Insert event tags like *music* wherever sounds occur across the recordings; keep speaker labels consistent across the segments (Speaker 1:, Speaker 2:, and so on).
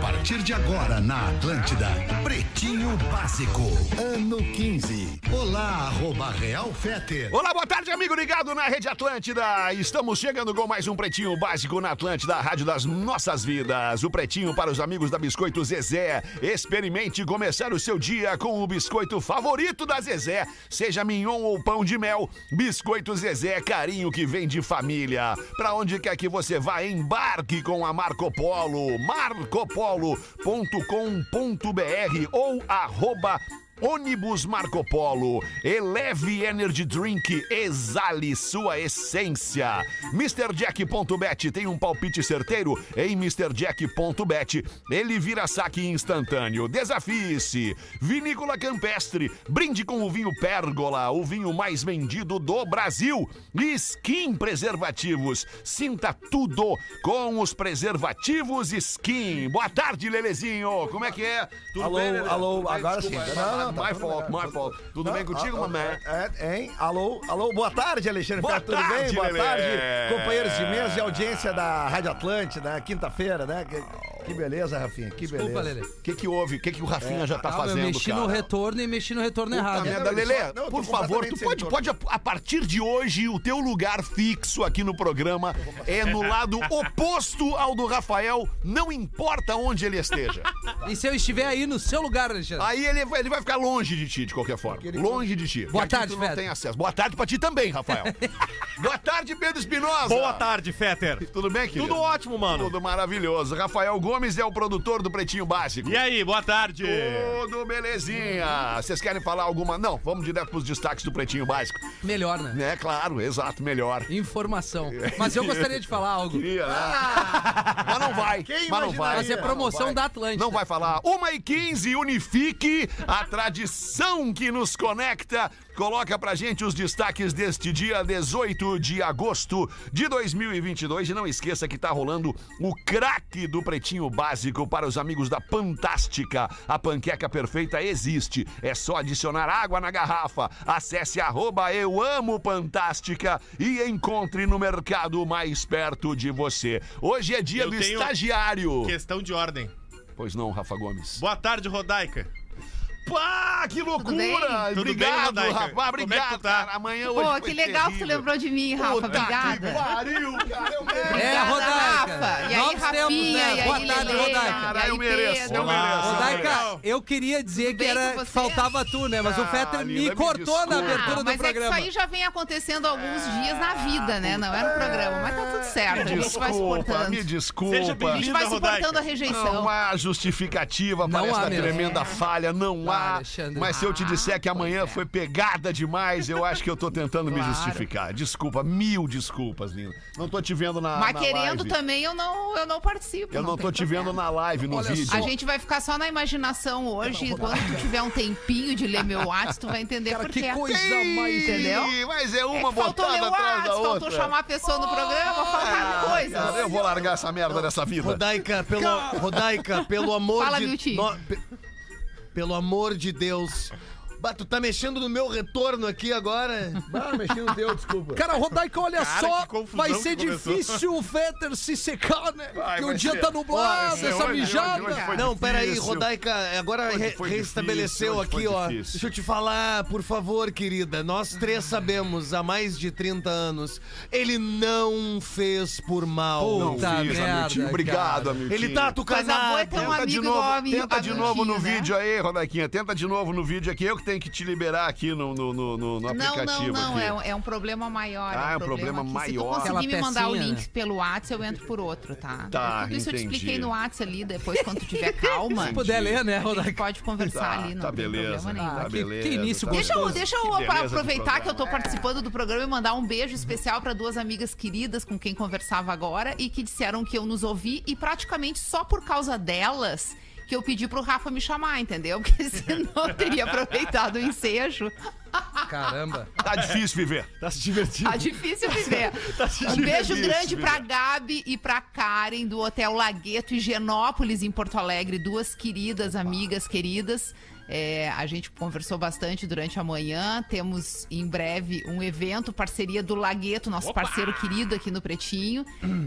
Speaker 1: partir de agora na Atlântida. Pretinho Básico, ano 15. Olá, arroba Real Feter.
Speaker 2: Olá, boa tarde, amigo ligado na Rede Atlântida. Estamos chegando com mais um Pretinho Básico na Atlântida, a rádio das nossas vidas. O Pretinho para os amigos da Biscoito Zezé. Experimente começar o seu dia com o biscoito favorito da Zezé. Seja mignon ou pão de mel, Biscoito Zezé, é carinho que vem de família. Para onde quer que você vá, embarque com a Marco Polo. marcopolo.com.br ou arroba Ônibus Marco Polo, Eleve Energy Drink, exale sua essência. MrJack.bet tem um palpite certeiro em MrJack.bet. Ele vira saque instantâneo. Desafie-se. Vinícola Campestre, brinde com o vinho Pérgola, o vinho mais vendido do Brasil. Skin Preservativos, sinta tudo com os preservativos Skin. Boa tarde, Lelezinho. Como é que é? Tudo
Speaker 3: Alô,
Speaker 2: bem, Lele?
Speaker 3: alô,
Speaker 2: Tudo bem?
Speaker 3: agora
Speaker 2: Desculpa,
Speaker 3: sim.
Speaker 2: é,
Speaker 3: Não,
Speaker 2: mas-
Speaker 3: não, tá
Speaker 2: my
Speaker 3: tudo
Speaker 2: fault,
Speaker 3: melhor.
Speaker 2: my fault. Tudo
Speaker 3: Não,
Speaker 2: bem contigo,
Speaker 3: ah,
Speaker 2: mamãe?
Speaker 3: ah, É, hein? Alô, alô, boa tarde, Alexandre
Speaker 2: Boa
Speaker 3: Fetter, tudo bem?
Speaker 2: tarde,
Speaker 3: Boa
Speaker 2: Lelê.
Speaker 3: tarde, companheiros de mesa e audiência da Rádio Atlântida, né? quinta-feira, né? Que, que beleza, Rafinha, que beleza.
Speaker 4: Desculpa, Lelê.
Speaker 2: O que que houve? O que que o
Speaker 3: É,
Speaker 2: Rafinha já tá
Speaker 3: ah,
Speaker 4: Calma,
Speaker 2: fazendo,
Speaker 4: eu mexi
Speaker 2: cara?
Speaker 4: no retorno e mexi no retorno errado.
Speaker 2: Puta merda,
Speaker 3: Não, ele
Speaker 2: Lelê,
Speaker 3: só- não, eu tô
Speaker 2: por favor, tu
Speaker 3: completamente
Speaker 2: pode,
Speaker 3: sem
Speaker 2: pode a, a partir de hoje o teu lugar fixo aqui no programa é no lado oposto ao do Rafael, não importa onde ele
Speaker 3: *laughs*
Speaker 2: esteja.
Speaker 4: E se eu estiver aí no seu lugar, Alexandre?
Speaker 2: Aí ele, vai- ele vai ficar longe de ti de qualquer forma, longe de ti.
Speaker 4: Boa
Speaker 2: porque aqui
Speaker 4: tarde,
Speaker 2: tu não
Speaker 4: Fede.
Speaker 2: tem acesso. Boa tarde pra ti também, Rafael. Boa tarde, Pedro Espinosa.
Speaker 5: Boa tarde, Fetter.
Speaker 2: Tudo bem, querido?
Speaker 5: Tudo ótimo, mano.
Speaker 2: Tudo maravilhoso. Rafael Gomes é o produtor do Pretinho Básico.
Speaker 5: E aí, boa tarde.
Speaker 2: Tudo belezinha. Vocês querem falar alguma? Não, vamos direto pros destaques do Pretinho Básico.
Speaker 4: Melhor, né?
Speaker 2: É claro, exato, melhor.
Speaker 4: Informação. Mas eu gostaria de falar algo.
Speaker 2: Queria, né? Mas não vai. mas
Speaker 3: Quem
Speaker 2: não vai.
Speaker 3: imaginaria?
Speaker 4: Fazer é promoção da Atlântida.
Speaker 2: Não vai falar. 1 e 15, unifique a tradição que nos conecta. Coloca pra gente os destaques deste dia 18 de agosto de 2022. E não esqueça que tá rolando o craque do Pretinho Básico para os amigos da Fantástica. A panqueca perfeita existe. É só adicionar água na garrafa. Acesse arroba eu amo Fantástica e encontre no mercado mais perto de você. Hoje é dia
Speaker 5: Eu
Speaker 2: do
Speaker 5: tenho-
Speaker 2: estagiário.
Speaker 5: Questão de ordem.
Speaker 2: Pois não, Rafa Gomes.
Speaker 5: Boa tarde, Rodaica.
Speaker 2: Pá, que loucura!
Speaker 5: Tudo bem,
Speaker 2: obrigado,
Speaker 5: Rodaica?
Speaker 2: Rafa.
Speaker 5: Como
Speaker 2: Obrigado,
Speaker 5: é que tu tá?
Speaker 2: cara. Amanhã hoje.
Speaker 6: Pô,
Speaker 2: foi
Speaker 6: que legal que tu
Speaker 2: terrível.
Speaker 6: lembrou de mim, Rafa.
Speaker 2: Puta que
Speaker 6: Obrigada.
Speaker 2: Pariu, cara. Eu mereço.
Speaker 4: É,
Speaker 6: Obrigada,
Speaker 4: Rodaica.
Speaker 6: Rafa. E aí,
Speaker 4: Novos
Speaker 6: Rafinha,
Speaker 4: tempos, né?
Speaker 6: e aí,
Speaker 4: Boa tarde,
Speaker 6: Lelê,
Speaker 4: Rodaica.
Speaker 6: e aí,
Speaker 2: Eu mereço, eu
Speaker 6: Pedro.
Speaker 2: mereço.
Speaker 4: Rodaica,
Speaker 5: legal.
Speaker 4: eu queria dizer que
Speaker 6: bem
Speaker 4: era
Speaker 6: com
Speaker 4: que
Speaker 6: você?
Speaker 4: faltava tu, né? Mas o
Speaker 2: Ah,
Speaker 4: Fetter me
Speaker 2: Lila, me
Speaker 4: cortou na
Speaker 2: desculpa.
Speaker 4: abertura
Speaker 6: Ah,
Speaker 4: do
Speaker 6: mas é que isso
Speaker 4: programa.
Speaker 6: aí já vem acontecendo há alguns dias na vida, né? Não é no programa, mas tá tudo certo. a gente vai
Speaker 2: Desculpa,
Speaker 6: suportando.
Speaker 2: me desculpa.
Speaker 5: Seja
Speaker 6: A gente
Speaker 5: bem-vindo.
Speaker 6: vai
Speaker 5: Rodaica.
Speaker 6: suportando a rejeição.
Speaker 2: Não é há justificativa para
Speaker 4: Não há
Speaker 2: esta
Speaker 4: mesmo.
Speaker 2: tremenda falha, não há.
Speaker 4: Alexandre.
Speaker 2: Mas se eu te disser que amanhã foi pegada demais, eu acho que eu tô tentando me
Speaker 6: Claro.
Speaker 2: justificar. Desculpa, mil desculpas, Lina. Não tô te vendo na.
Speaker 6: Mas
Speaker 2: na
Speaker 6: querendo
Speaker 2: live.
Speaker 6: também, eu não, eu não participo.
Speaker 2: Eu não tô
Speaker 6: tem
Speaker 2: te
Speaker 6: problema.
Speaker 2: vendo na live, no
Speaker 4: Olha
Speaker 2: vídeo.
Speaker 4: só.
Speaker 6: A gente vai ficar só na imaginação hoje.
Speaker 2: Então,
Speaker 6: e quando tu tiver um tempinho de ler meu WhatsApp, tu vai entender
Speaker 4: Cara,
Speaker 6: por quê.
Speaker 4: que coisa
Speaker 2: Ih,
Speaker 4: mais...
Speaker 6: entendeu?
Speaker 2: Mas é
Speaker 6: É
Speaker 2: uma
Speaker 6: que faltou ler
Speaker 2: botada
Speaker 6: o
Speaker 2: atrás da
Speaker 6: WhatsApp, faltou
Speaker 2: outra. Ah,
Speaker 6: chamar a pessoa no programa, faltaram coisas.
Speaker 2: Cara, eu vou largar essa merda dessa vida.
Speaker 7: Rodaica, pelo, Rodaica, pelo amor
Speaker 6: Fala,
Speaker 7: de...
Speaker 6: Miltinho.
Speaker 7: pe- pelo amor de Deus. Bah, tu tá mexendo no meu retorno aqui agora.
Speaker 3: Ah, mexi no teu, desculpa.
Speaker 4: Cara, Rodaica, olha
Speaker 5: Cara, que
Speaker 4: só,
Speaker 5: confusão
Speaker 4: vai
Speaker 5: que
Speaker 4: ser
Speaker 5: começou.
Speaker 4: difícil o Fetter se secar, né?
Speaker 2: Vai,
Speaker 4: Porque o
Speaker 2: vai
Speaker 4: dia
Speaker 2: ser.
Speaker 4: tá nublado,
Speaker 2: Vai ser
Speaker 4: essa
Speaker 2: hoje, hoje,
Speaker 4: mijada.
Speaker 2: hoje foi
Speaker 7: Não,
Speaker 2: difícil.
Speaker 7: peraí, Rodaica, agora
Speaker 2: Hoje
Speaker 7: re-
Speaker 2: foi
Speaker 7: restabeleceu
Speaker 2: difícil, hoje
Speaker 7: aqui,
Speaker 2: foi
Speaker 7: ó.
Speaker 2: difícil.
Speaker 7: Deixa eu te falar, por favor, querida. Nós três sabemos, há mais de 30 anos, ele não fez por mal.
Speaker 4: Puta
Speaker 2: Não fiz,
Speaker 4: merda,
Speaker 2: Amiltinho. Obrigado,
Speaker 4: cara.
Speaker 2: Amiltinho.
Speaker 7: Ele tá
Speaker 6: Coisa boa é
Speaker 7: atucanado.
Speaker 6: ter um
Speaker 2: Tenta de
Speaker 6: amigo
Speaker 2: novo,
Speaker 6: igual a mim.
Speaker 2: tenta de novo no
Speaker 6: né?
Speaker 2: vídeo aí, Rodaquinha. Tenta de novo no vídeo aqui. Eu que tenho que te liberar aqui no, no, no, no- no
Speaker 6: Não, não,
Speaker 2: aplicativo.
Speaker 6: não.
Speaker 2: aqui.
Speaker 6: É um, é um problema maior.
Speaker 2: Ah, é um problema
Speaker 6: que
Speaker 2: maior.
Speaker 6: Se tu
Speaker 4: Aquela
Speaker 6: conseguir me mandar o
Speaker 4: pecinha,
Speaker 6: link
Speaker 4: né?
Speaker 6: pelo WhatsApp, eu entro por outro, tá?
Speaker 2: Tá,
Speaker 6: Tudo isso eu te
Speaker 2: entendi.
Speaker 6: expliquei no WhatsApp ali, depois quando tu
Speaker 2: *laughs*
Speaker 6: tiver calma.
Speaker 4: Se puder ler, né,
Speaker 6: a gente
Speaker 4: Rodaica?
Speaker 6: pode conversar
Speaker 2: Tá,
Speaker 6: ali, não
Speaker 2: tá
Speaker 6: tem
Speaker 2: beleza.
Speaker 6: problema nenhum.
Speaker 2: Tá
Speaker 4: Ah, que-
Speaker 2: beleza.
Speaker 4: que início
Speaker 2: tá
Speaker 6: Deixa eu,
Speaker 4: gostoso.
Speaker 6: deixa
Speaker 2: Que
Speaker 6: eu
Speaker 2: beleza de
Speaker 6: aproveitar que eu tô
Speaker 2: programa.
Speaker 6: participando do programa e mandar um beijo especial para duas amigas queridas com quem conversava agora e que disseram que eu nos ouvi e praticamente só por causa delas *laughs* que eu pedi pro Rafa me chamar, entendeu? Porque senão eu teria aproveitado o ensejo
Speaker 4: Caramba.
Speaker 2: Tá difícil viver.
Speaker 5: Tá se divertindo.
Speaker 6: Tá difícil viver. um beijo grande pra Gabi e pra Karen do Hotel Lagueto e Genópolis, em Porto Alegre. Duas queridas, amigas queridas. É, a gente conversou bastante durante a manhã. Temos em breve um evento, parceria do Lagueto, nosso parceiro querido aqui no Pretinho.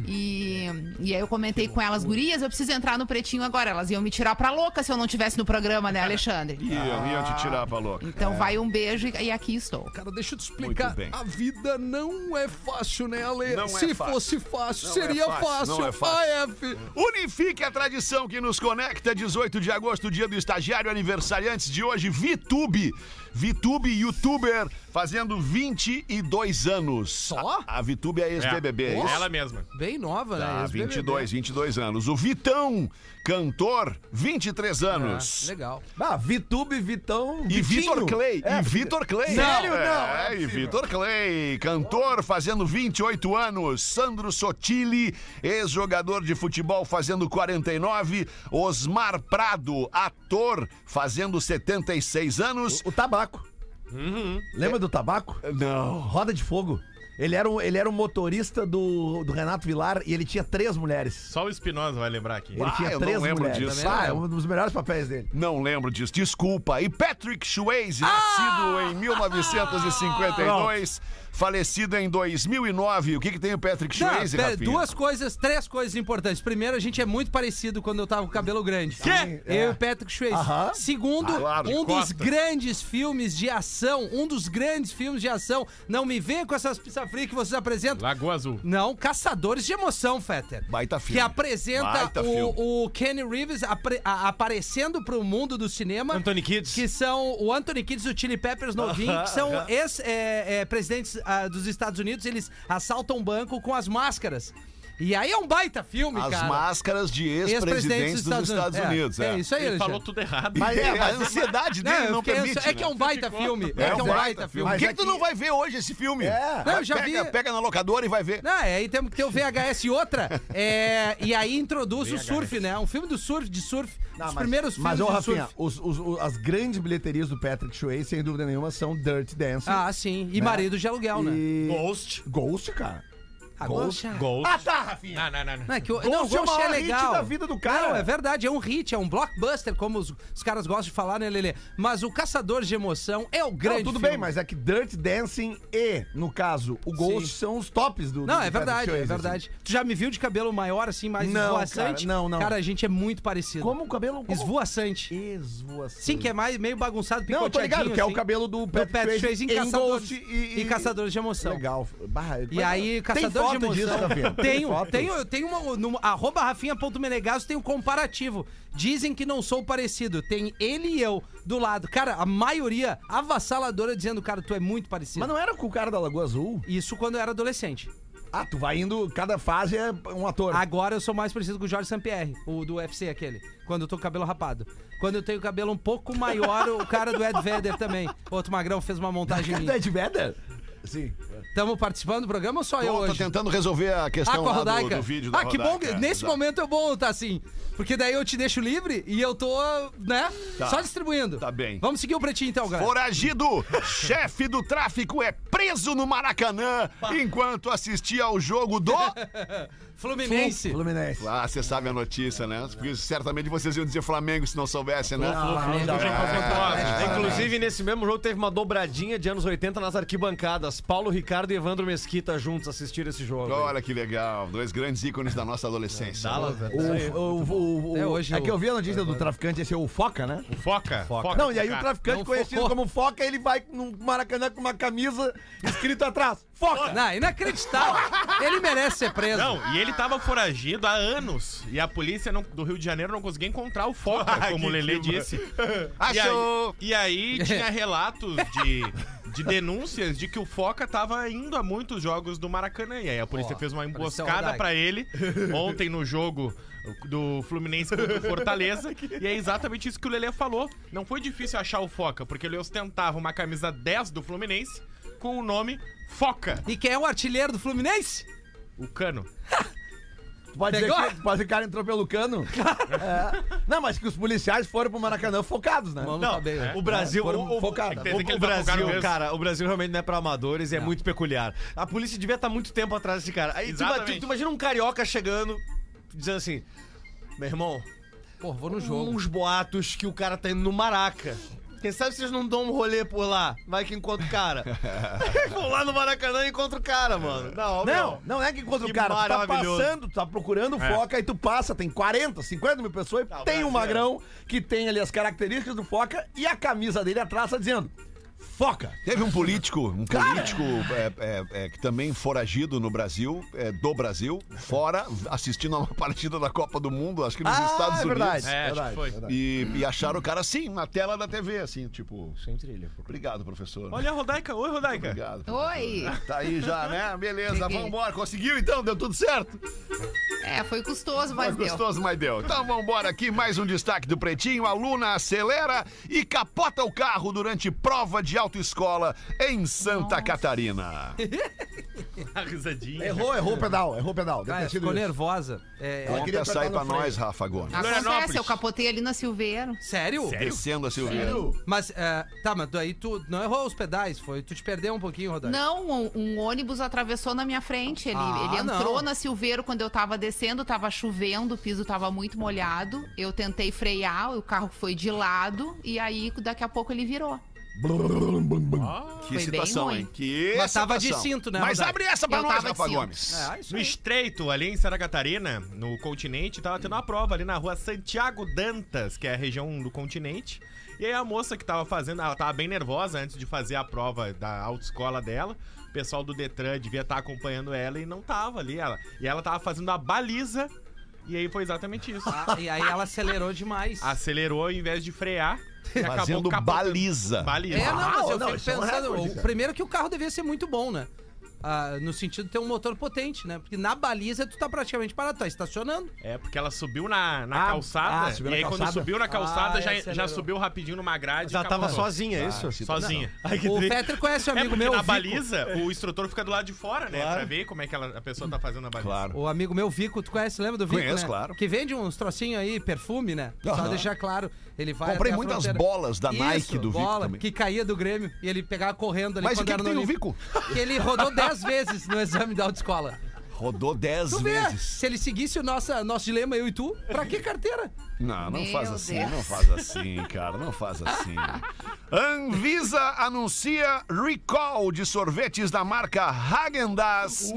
Speaker 6: E, e aí eu comentei com elas, gurias, eu preciso entrar no Pretinho agora. Elas iam me tirar pra louca se eu não tivesse no programa, né, Alexandre?
Speaker 2: Iam, iam te tirar pra louca.
Speaker 6: Então vai um beijo e e aqui estou.
Speaker 4: Cara, deixa eu te
Speaker 2: Muito
Speaker 4: explicar.
Speaker 2: bem.
Speaker 4: A vida não é fácil, né, Ale?
Speaker 2: Não é
Speaker 4: Se
Speaker 2: fácil.
Speaker 4: fosse fácil,
Speaker 2: Não é
Speaker 4: seria
Speaker 2: fácil,
Speaker 4: fácil. Ah,
Speaker 2: não é fácil.
Speaker 4: AF.
Speaker 2: Unifique a tradição que nos conecta. 18 de agosto, dia do estagiário, aniversariantes de hoje, VTube. VTube, youtuber, fazendo 22 anos.
Speaker 4: Só?
Speaker 2: A, a VTube é ex-BBB.
Speaker 5: É,
Speaker 2: isso?
Speaker 5: ela mesma.
Speaker 4: Bem nova, né?
Speaker 2: Tá,
Speaker 4: Ex-BBB.
Speaker 2: 22, 22 anos. O Vitão, cantor, 23 anos.
Speaker 4: É, legal.
Speaker 3: Ah, Vitube, Vitão.
Speaker 2: E Vitor
Speaker 3: Vitinho.
Speaker 2: Clay,
Speaker 3: É,
Speaker 2: e Vitor Clay.
Speaker 3: Sério? Não,
Speaker 2: É, e Vitor Clay, cantor fazendo 28 anos. Sandro Sotile, ex-jogador de futebol fazendo 49. Osmar Prado, ator fazendo 76 anos.
Speaker 3: O tabaco. Lembra do tabaco?
Speaker 2: Uhum. Não.
Speaker 3: Roda de fogo. Ele era, um, ele era um motorista do, do Renato Vilar e ele tinha três mulheres.
Speaker 5: Só o Espinosa vai lembrar aqui.
Speaker 3: Ele
Speaker 2: Ah,
Speaker 3: tinha
Speaker 2: eu não
Speaker 3: três
Speaker 2: lembro
Speaker 3: mulheres.
Speaker 2: disso.
Speaker 3: Ah, é um dos melhores papéis dele.
Speaker 2: Não lembro disso, desculpa. E Patrick
Speaker 3: Ah!
Speaker 2: Swayze, nascido em 1952, falecido em 2009. O que, que tem o Patrick
Speaker 4: Tá,
Speaker 2: Swayze,
Speaker 4: pera-
Speaker 2: Rafinha?
Speaker 4: duas coisas, três coisas importantes. Primeiro, a gente é muito parecido quando eu tava com o cabelo grande.
Speaker 3: Quê?
Speaker 4: Eu e o Patrick Swayze.
Speaker 3: Aham.
Speaker 4: Segundo,
Speaker 2: Ah, É. claro, de
Speaker 4: um dos
Speaker 2: costas.
Speaker 4: grandes filmes de ação, um dos grandes filmes de ação. Não me venha com essas pizza frias que vocês apresentam.
Speaker 5: Lagoa Azul.
Speaker 4: Não, Caçadores de Emoção, Fetter.
Speaker 2: Baita filme.
Speaker 4: Que apresenta
Speaker 2: Baita filme.
Speaker 4: o, o Kenny Reeves apre- a- aparecendo pro mundo do cinema.
Speaker 5: Anthony Kids.
Speaker 4: Que são o Anthony Kidd e o Chili Peppers novinho, que
Speaker 2: *laughs*
Speaker 4: são é, ex-presidentes ah, dos Estados Unidos. Eles assaltam um banco com as máscaras. E aí é um baita filme,
Speaker 2: As
Speaker 4: cara.
Speaker 2: máscaras de
Speaker 4: Ex-presidentes
Speaker 2: ex-presidentes dos Estados Unidos.
Speaker 4: É, é isso aí,
Speaker 5: Ele
Speaker 4: Alexandre.
Speaker 5: falou tudo errado.
Speaker 2: Mas é, a
Speaker 3: mas-
Speaker 2: ansiedade
Speaker 4: Não,
Speaker 2: dele
Speaker 4: eu
Speaker 2: não
Speaker 4: fiquei
Speaker 2: permite.
Speaker 4: ansioso. é que é
Speaker 3: né?
Speaker 4: um baita filme. É, que é um baita filme.
Speaker 2: Por que,
Speaker 3: Mas
Speaker 2: que
Speaker 3: é
Speaker 2: tu
Speaker 3: que-
Speaker 2: não vai ver hoje esse filme? É.
Speaker 4: Não, eu já
Speaker 2: pega,
Speaker 4: vi.
Speaker 2: pega na locadora e vai ver.
Speaker 4: Não, é, aí temos que ter o VHS e outra. é, e aí introduz o surf, né? Um filme do surf, de surf.
Speaker 3: Não,
Speaker 4: os
Speaker 3: mas-
Speaker 4: primeiros filmes
Speaker 3: Mas, ô,
Speaker 4: de
Speaker 3: Rafinha,
Speaker 4: surf.
Speaker 3: os- os- os- as grandes bilheterias do Patrick Swayze, sem dúvida nenhuma, são Dirty Dancing.
Speaker 4: Ah, sim. E Marido de Aluguel, né?
Speaker 3: e...
Speaker 5: Ghost.
Speaker 3: Ghost, cara.
Speaker 4: Agora já-
Speaker 5: Ghost.
Speaker 3: Ah, tá, Rafinha.
Speaker 5: Não, não, não. não.
Speaker 4: Não, é que o,
Speaker 3: Ghost
Speaker 4: não, o
Speaker 3: é o
Speaker 4: Ghost é,
Speaker 3: maior hit
Speaker 4: legal.
Speaker 3: da vida do cara.
Speaker 4: Não, é verdade, é um hit, é um blockbuster, como os, os caras gostam de falar, né, Lelê? Mas o Caçador de Emoção é o
Speaker 3: Não,
Speaker 4: grande
Speaker 3: tudo
Speaker 4: filme.
Speaker 3: bem, mas é que Dirty Dancing e, no caso, o Ghost
Speaker 4: Sim.
Speaker 3: são os tops do assim.
Speaker 4: Não, é
Speaker 3: do Patrick
Speaker 4: verdade, é
Speaker 3: Swayze,
Speaker 4: verdade. Tu já me viu de cabelo maior, assim, mais
Speaker 3: Não,
Speaker 4: esvoaçante?
Speaker 3: cara, não, não.
Speaker 4: Cara, a gente é muito parecido.
Speaker 3: assim. Como o cabelo... Como...
Speaker 4: Esvoaçante.
Speaker 3: Esvoaçante.
Speaker 4: Sim, que é mais, meio bagunçado,
Speaker 3: Não, eu tô
Speaker 4: picoteadinho,
Speaker 3: ligado, que é o
Speaker 4: assim.
Speaker 3: cabelo do
Speaker 4: do
Speaker 3: Patrick,
Speaker 4: Pet Chase em Caçadores,
Speaker 3: Ghost e,
Speaker 4: e Caçadores de Emoção.
Speaker 3: Legal. Bah,
Speaker 4: E aí, caçador de emoção. tenho, tenho, eu tenho uma. No, arroba Rafinha.menegasso tem um comparativo. Dizem que não sou parecido. Tem ele e eu do lado. Cara, a maioria avassaladora dizendo, cara, tu é muito parecido.
Speaker 3: Mas não era com o cara da Lagoa Azul?
Speaker 4: Isso quando eu era adolescente.
Speaker 3: Ah, tu vai indo, cada fase é um ator. *laughs*
Speaker 4: Agora eu sou mais parecido com o Jorge Sampierre, o do UFC aquele. Quando eu tô com o cabelo rapado. Quando eu tenho o cabelo um pouco maior, o cara do Ed Vedder também. Outro magrão fez uma montagem
Speaker 3: Cara do
Speaker 4: minha.
Speaker 3: Ed Vedder? Sim.
Speaker 4: Tamo participando do programa ou só eu
Speaker 2: Tô, tô
Speaker 4: hoje?
Speaker 2: tentando resolver a
Speaker 4: Ah,
Speaker 2: questão
Speaker 4: com
Speaker 2: lá
Speaker 4: a
Speaker 2: do,
Speaker 4: Rodaica.
Speaker 2: do vídeo da
Speaker 4: ah, que bom.
Speaker 2: Rodaica.
Speaker 4: que Nesse
Speaker 2: Exato.
Speaker 4: momento é bom tá assim. Porque daí eu te deixo livre e eu tô, né? Só distribuindo.
Speaker 2: Tá bem.
Speaker 4: Vamos seguir o pretinho então, galera.
Speaker 2: Foragido, *laughs* chefe do tráfico, é preso no Maracanã enquanto assistia ao jogo
Speaker 4: *laughs*
Speaker 2: do.
Speaker 4: Fluminense.
Speaker 3: Fluminense.
Speaker 2: Ah, você sabe a notícia, né? Porque certamente vocês iam dizer Flamengo se não soubessem, né?
Speaker 3: Ah,
Speaker 8: um Inclusive, nesse mesmo jogo teve uma dobradinha de anos 80 nas arquibancadas. Paulo Ricardo e Evandro Mesquita juntos assistiram esse jogo.
Speaker 2: Olha que legal, dois grandes ícones da nossa adolescência.
Speaker 3: O, o, o, o-
Speaker 4: É hoje
Speaker 3: é
Speaker 4: o-
Speaker 3: que eu vi a notícia do traficante, esse é o Foca, né?
Speaker 5: Foca. Foca.
Speaker 3: Não, e aí o
Speaker 5: Cara,
Speaker 3: traficante
Speaker 4: não
Speaker 3: conhecido
Speaker 4: focou.
Speaker 3: como Foca, ele vai no Maracanã com uma camisa escrito atrás, Foca!
Speaker 4: Não, inacreditável. Ele merece ser preso.
Speaker 5: Não, e ele tava foragido há anos. E a polícia não- do Rio de Janeiro não conseguia encontrar o
Speaker 4: *laughs*
Speaker 5: Foca,
Speaker 4: Ah,
Speaker 5: como o Lelê disse. E aí,
Speaker 2: Achou!
Speaker 4: *laughs*
Speaker 5: e aí tinha relatos de, de denúncias de que o Foca tava indo a muitos jogos do Maracanã. E aí a polícia
Speaker 4: Ó,
Speaker 5: fez uma
Speaker 4: pareceu
Speaker 5: emboscada
Speaker 4: Rodaica. *laughs*
Speaker 5: pra ele ontem no jogo do Fluminense contra
Speaker 4: *laughs*
Speaker 5: o Fortaleza. e é exatamente isso que o Lelê falou. Não foi difícil achar o Foca, porque ele ostentava uma camisa 10 do Fluminense com o nome Foca,
Speaker 4: E quem é o artilheiro do Fluminense?
Speaker 5: o cano.
Speaker 3: Tu pode dizer
Speaker 4: Pegou?
Speaker 3: que, tu pode dizer que o cara entrou
Speaker 4: *laughs*
Speaker 3: pelo cano? É. Não, mas que os policiais foram pro Maracanã focados, né?
Speaker 4: Vamos
Speaker 8: Não,
Speaker 4: saber. né?
Speaker 8: o Brasil,
Speaker 3: Foram
Speaker 8: o, o-
Speaker 3: focadas.
Speaker 8: o-
Speaker 5: Tem que
Speaker 8: o
Speaker 5: eles tá focado
Speaker 8: Brasil,
Speaker 5: mesmo.
Speaker 8: cara, o Brasil realmente não é pra amadores e é muito peculiar. A polícia devia estar muito tempo atrás desse cara. Aí tu, ima- tu,
Speaker 5: Exatamente.
Speaker 8: tu imagina um carioca chegando, dizendo assim, meu irmão,
Speaker 4: Pô, vou no jogo.
Speaker 8: uns boatos que o cara tá indo no Maraca. Quem sabe vocês não dão um rolê por lá? Vai que encontra o cara. Vão lá no Maracanã e encontra o cara, mano. Não,
Speaker 3: Não,
Speaker 8: meu.
Speaker 3: não é que encontra o
Speaker 8: Que
Speaker 3: cara. Tu tá
Speaker 8: maravilhoso.
Speaker 3: passando, tu tá procurando foca e tu passa. Tem 40, 50 mil pessoas e
Speaker 8: Tá, o
Speaker 3: tem
Speaker 8: Brasil.
Speaker 3: um magrão que tem ali as características do foca e a camisa dele atrás tá dizendo foca.
Speaker 2: Teve um político, um político é, é, é, que também foragido no Brasil, é, do Brasil, fora, assistindo a uma *laughs* partida da Copa do Mundo, acho que
Speaker 4: Ah,
Speaker 2: nos Estados
Speaker 3: é
Speaker 2: Unidos.
Speaker 5: É,
Speaker 3: verdade.
Speaker 5: acho que
Speaker 3: verdade,
Speaker 5: foi.
Speaker 4: Tá.
Speaker 3: verdade.
Speaker 2: E, e acharam o cara assim, na tela da TV, assim, tipo. Sem trilha. Obrigado, professor.
Speaker 5: Olha a Rodaica. Oi, Rodaica.
Speaker 2: Obrigado.
Speaker 6: Oi.
Speaker 2: Tá aí já, né? Beleza,
Speaker 6: Cheguei.
Speaker 2: vambora. Conseguiu então? Deu tudo certo?
Speaker 6: É, foi custoso,
Speaker 2: Foi
Speaker 6: mas deu.
Speaker 2: gostoso, mas deu. Então vambora aqui, mais um destaque do Pretinho. Aluna acelera e capota o carro durante prova de autoescola em Santa Catarina.
Speaker 5: A
Speaker 2: É
Speaker 5: risadinha.
Speaker 3: Errou, errou o pedal, errou o pedal. Deve
Speaker 4: Cara,
Speaker 3: ter sido
Speaker 4: ficou
Speaker 3: isso.
Speaker 4: nervosa. É,
Speaker 3: Ela queria
Speaker 2: Conta essa
Speaker 3: apertar
Speaker 2: aí
Speaker 3: no
Speaker 2: pra
Speaker 3: freio.
Speaker 2: nós, Rafa Gomes.
Speaker 6: Acontece,
Speaker 5: Florianópolis.
Speaker 6: eu capotei ali na Silveiro.
Speaker 4: Ah, Sério?
Speaker 2: Descendo assim, a Silveira.
Speaker 4: Mas, é, tá, mas daí tu não errou os pedais, foi? Tu te perdeu um pouquinho, Rodaica.
Speaker 6: Não, um, um ônibus atravessou na minha frente. Ele,
Speaker 4: Ah,
Speaker 6: ele entrou
Speaker 4: não.
Speaker 6: na Silveiro quando eu tava descendo, tava chovendo, o piso tava muito molhado. Eu tentei frear, o carro foi de lado e aí daqui a pouco ele virou.
Speaker 2: Que
Speaker 6: Foi bem
Speaker 2: situação,
Speaker 6: ruim.
Speaker 2: hein? Que
Speaker 4: Mas tava de
Speaker 2: situação.
Speaker 4: cinto, né,
Speaker 2: Mas
Speaker 4: Rodaica?
Speaker 2: abre essa pra
Speaker 6: Eu
Speaker 2: nós,
Speaker 6: tava de
Speaker 2: Rafa
Speaker 6: cinto.
Speaker 2: Gomes.
Speaker 4: É, isso
Speaker 5: No
Speaker 4: aí.
Speaker 5: estreito, ali em Santa Catarina, no continente, tava tendo uma prova ali na rua Santiago Dantas, que é a região do continente. E aí a moça que tava fazendo, ela tava bem nervosa antes de fazer a prova da autoescola dela. O pessoal do Detran devia estar acompanhando ela e não tava ali. Ela. E ela tava fazendo a baliza. E aí foi exatamente isso.
Speaker 4: Ah, e aí ela acelerou demais.
Speaker 5: Ah, Acelerou ao invés de frear. e acabou
Speaker 2: Fazendo
Speaker 5: capotando.
Speaker 2: baliza.
Speaker 5: Baliza.
Speaker 4: É, não, mas eu
Speaker 3: não,
Speaker 4: fico
Speaker 3: isso é um
Speaker 4: pensando.
Speaker 3: recorde,
Speaker 4: o-
Speaker 3: cara.
Speaker 4: primeiro que o carro devia ser muito bom, né? Ah, no sentido de ter um motor potente, né? Porque na baliza tu tá praticamente parado, tá estacionando.
Speaker 5: É, porque ela subiu na, na calçada.
Speaker 3: ah, subiu
Speaker 5: e
Speaker 3: na
Speaker 5: aí quando
Speaker 3: calçada.
Speaker 5: subiu na calçada,
Speaker 4: Ah,
Speaker 5: já,
Speaker 8: é
Speaker 4: acelerou.
Speaker 5: já subiu rapidinho numa grade.
Speaker 8: Já
Speaker 5: e
Speaker 8: tava
Speaker 5: capotou.
Speaker 8: sozinha, é
Speaker 5: Ah,
Speaker 8: isso?
Speaker 5: Sozinha.
Speaker 8: Ai, que
Speaker 4: O
Speaker 8: triste.
Speaker 4: Peter conhece um
Speaker 5: É
Speaker 4: amigo
Speaker 5: porque
Speaker 4: meu.
Speaker 5: na
Speaker 4: o Vico.
Speaker 5: baliza, o instrutor fica do lado de fora, né? Pra ver como é que ela- a pessoa tá fazendo a baliza.
Speaker 2: Claro.
Speaker 4: O amigo meu, Vico, tu conhece? Lembra do Vico?
Speaker 2: Conheço,
Speaker 4: né?
Speaker 2: claro.
Speaker 4: Que vende uns trocinhos aí, perfume, né? Só
Speaker 2: Aham.
Speaker 4: deixar claro. Ele vai.
Speaker 2: Comprei
Speaker 4: até a
Speaker 2: muitas
Speaker 4: fronteira.
Speaker 2: bolas da Nike do Vico
Speaker 4: bola
Speaker 2: também.
Speaker 4: Que caía do Grêmio e ele pegava correndo ali
Speaker 2: Mas o
Speaker 4: quando
Speaker 2: que,
Speaker 4: era
Speaker 2: que
Speaker 4: no
Speaker 2: tem o
Speaker 4: Olímpico.
Speaker 2: Vico?
Speaker 4: Que ele rodou 10 vezes no exame da autoescola.
Speaker 2: Rodou dez
Speaker 4: Tu vê,
Speaker 2: vezes.
Speaker 4: se ele seguisse o nosso, nosso dilema, eu e tu, pra que carteira?
Speaker 2: Não, não
Speaker 6: Meu
Speaker 2: faz assim,
Speaker 6: Deus.
Speaker 2: não faz assim, cara, não faz assim. Anvisa anuncia recall de sorvetes da marca Häagen-Dazs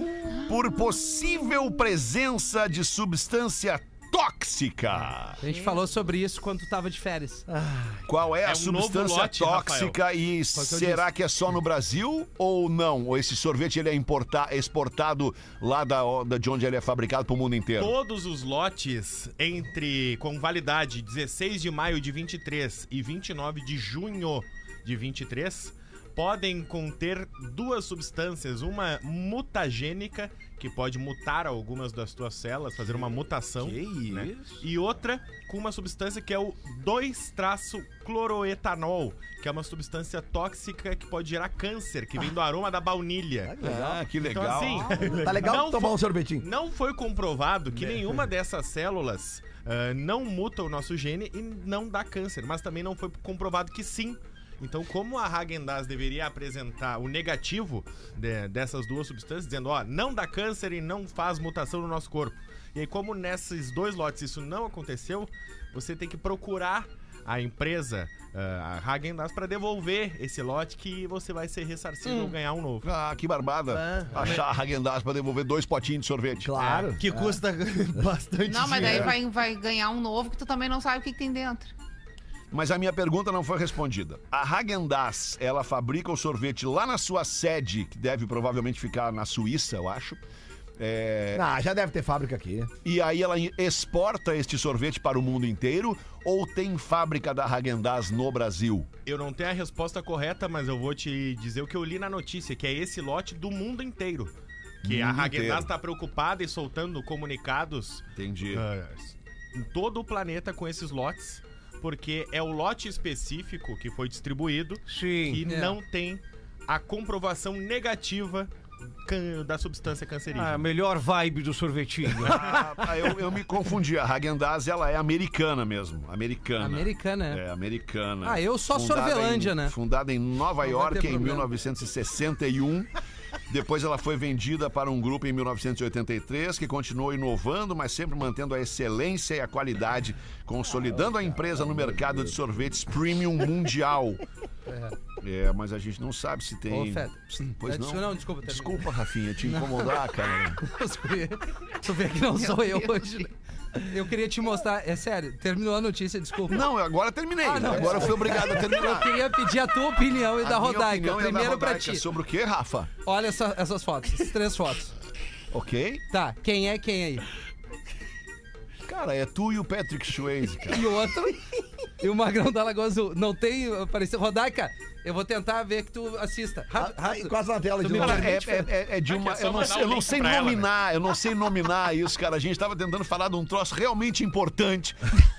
Speaker 2: por possível presença de substância tóxica.
Speaker 4: A gente falou sobre isso quando tu tava de férias.
Speaker 3: Ah,
Speaker 2: Qual é, a
Speaker 5: um novo
Speaker 2: substância
Speaker 5: lote,
Speaker 2: tóxica e será que é só no Brasil ou não? Ou esse sorvete ele é importa- exportado lá da, da- de onde ele é fabricado pro mundo inteiro?
Speaker 5: Todos os lotes entre com validade 16 de maio de 23 e 29 de junho de 23 podem conter duas substâncias, uma mutagênica que pode mutar algumas das tuas células, fazer uma mutação, né? E outra com uma substância que é o 2-cloroetanol, que é uma substância tóxica que pode gerar câncer, que vem do aroma da baunilha.
Speaker 2: Ah, que
Speaker 5: Então
Speaker 2: legal.
Speaker 5: assim,
Speaker 3: Tá legal
Speaker 5: Não
Speaker 3: tomar
Speaker 5: fo-
Speaker 3: um sorvetinho.
Speaker 5: não foi comprovado que nenhuma dessas células ah, não muta o nosso gene e não dá câncer, mas também não foi comprovado que sim. Então, como a Häagen-Dazs deveria apresentar o negativo de- dessas duas substâncias, dizendo, ó, não dá câncer e não faz mutação no nosso corpo. E aí, como nesses dois lotes isso não aconteceu, você tem que procurar a empresa, ah, a Häagen-Dazs, para devolver esse lote que você vai ser ressarcido ou ganhar um novo.
Speaker 2: Ah, que barbada. Achar a Häagen-Dazs pra devolver dois potinhos de sorvete.
Speaker 3: Claro.
Speaker 8: Que custa *laughs* bastante
Speaker 6: Não, mas daí
Speaker 8: dinheiro.
Speaker 6: vai, vai ganhar um novo que tu também não sabe o que, que tem dentro.
Speaker 2: Mas a minha pergunta não foi respondida. A Häagen-Dazs, ela fabrica o sorvete lá na sua sede, que deve provavelmente ficar na Suíça, eu acho. É,
Speaker 3: Ah, já deve ter fábrica aqui.
Speaker 2: e aí ela exporta este sorvete para o mundo inteiro ou tem fábrica da Häagen-Dazs no Brasil?
Speaker 5: Eu não tenho a resposta correta, mas eu vou te dizer o que eu li na notícia, que é esse lote do mundo inteiro. Que
Speaker 2: Mundo
Speaker 5: a
Speaker 2: inteiro.
Speaker 5: Häagen-Dazs está preocupada e soltando comunicados
Speaker 2: Entendi.
Speaker 5: ah, em todo o planeta com esses lotes, porque é o lote específico que foi distribuído
Speaker 8: Sim.
Speaker 5: que
Speaker 4: É.
Speaker 5: não tem a comprovação negativa can- da substância cancerígena.
Speaker 8: Ah, melhor vibe do sorvetinho.
Speaker 2: Ah, eu, eu me confundi. A Häagen-Dazs, ela é americana mesmo. Americana.
Speaker 4: Americana, é.
Speaker 2: É, americana.
Speaker 4: Ah, eu só
Speaker 2: Fundada
Speaker 4: Sorvelândia,
Speaker 2: em-
Speaker 4: né?
Speaker 2: Fundada em Nova
Speaker 4: vai
Speaker 2: York
Speaker 4: ter
Speaker 2: em
Speaker 4: problema.
Speaker 2: 1961. Depois ela foi vendida para um grupo em 1983 que continuou inovando, mas sempre mantendo a excelência e a qualidade, consolidando a empresa no mercado de sorvetes premium mundial. É, mas a gente não sabe se tem.
Speaker 4: Ô, Feta.
Speaker 2: Pois não.
Speaker 4: Adiciona- não, desculpa, termina.
Speaker 2: Desculpa, Rafinha, te incomodar,
Speaker 4: *laughs*
Speaker 2: cara.
Speaker 4: Tu vê que não sou eu
Speaker 6: Deus.
Speaker 4: hoje. né? Eu queria te mostrar, é sério, terminou a notícia, desculpa.
Speaker 2: Não, agora terminei.
Speaker 4: Ah, não,
Speaker 2: agora eu fui obrigado a terminar.
Speaker 4: Eu queria pedir a tua opinião e
Speaker 2: A minha
Speaker 4: da Rodaica.
Speaker 2: opinião é da
Speaker 4: Primeiro pra
Speaker 2: Rodaica.
Speaker 4: ti.
Speaker 2: Sobre o que, Rafa?
Speaker 4: Olha essa- essas fotos, essas três fotos.
Speaker 2: Ok?
Speaker 4: Tá, quem é quem aí?
Speaker 2: Cara, é tu e o Patrick Swayze, *laughs* cara.
Speaker 4: E o outro. E o Magrão da Lagoa Azul. Não tem aparecido. Rodaica, eu vou tentar ver que tu assista.
Speaker 2: Ah, tá
Speaker 4: Rápido, rápido.
Speaker 3: Quase na tela de novo.
Speaker 2: Cara, é, é- é- é de uma.
Speaker 5: só
Speaker 2: eu não,
Speaker 5: mandar
Speaker 2: sei-
Speaker 5: o
Speaker 2: eu não
Speaker 5: link
Speaker 2: sei
Speaker 5: pra ela,
Speaker 2: nominar, eu não sei nominar isso, cara. A gente tava tentando falar de um troço realmente importante,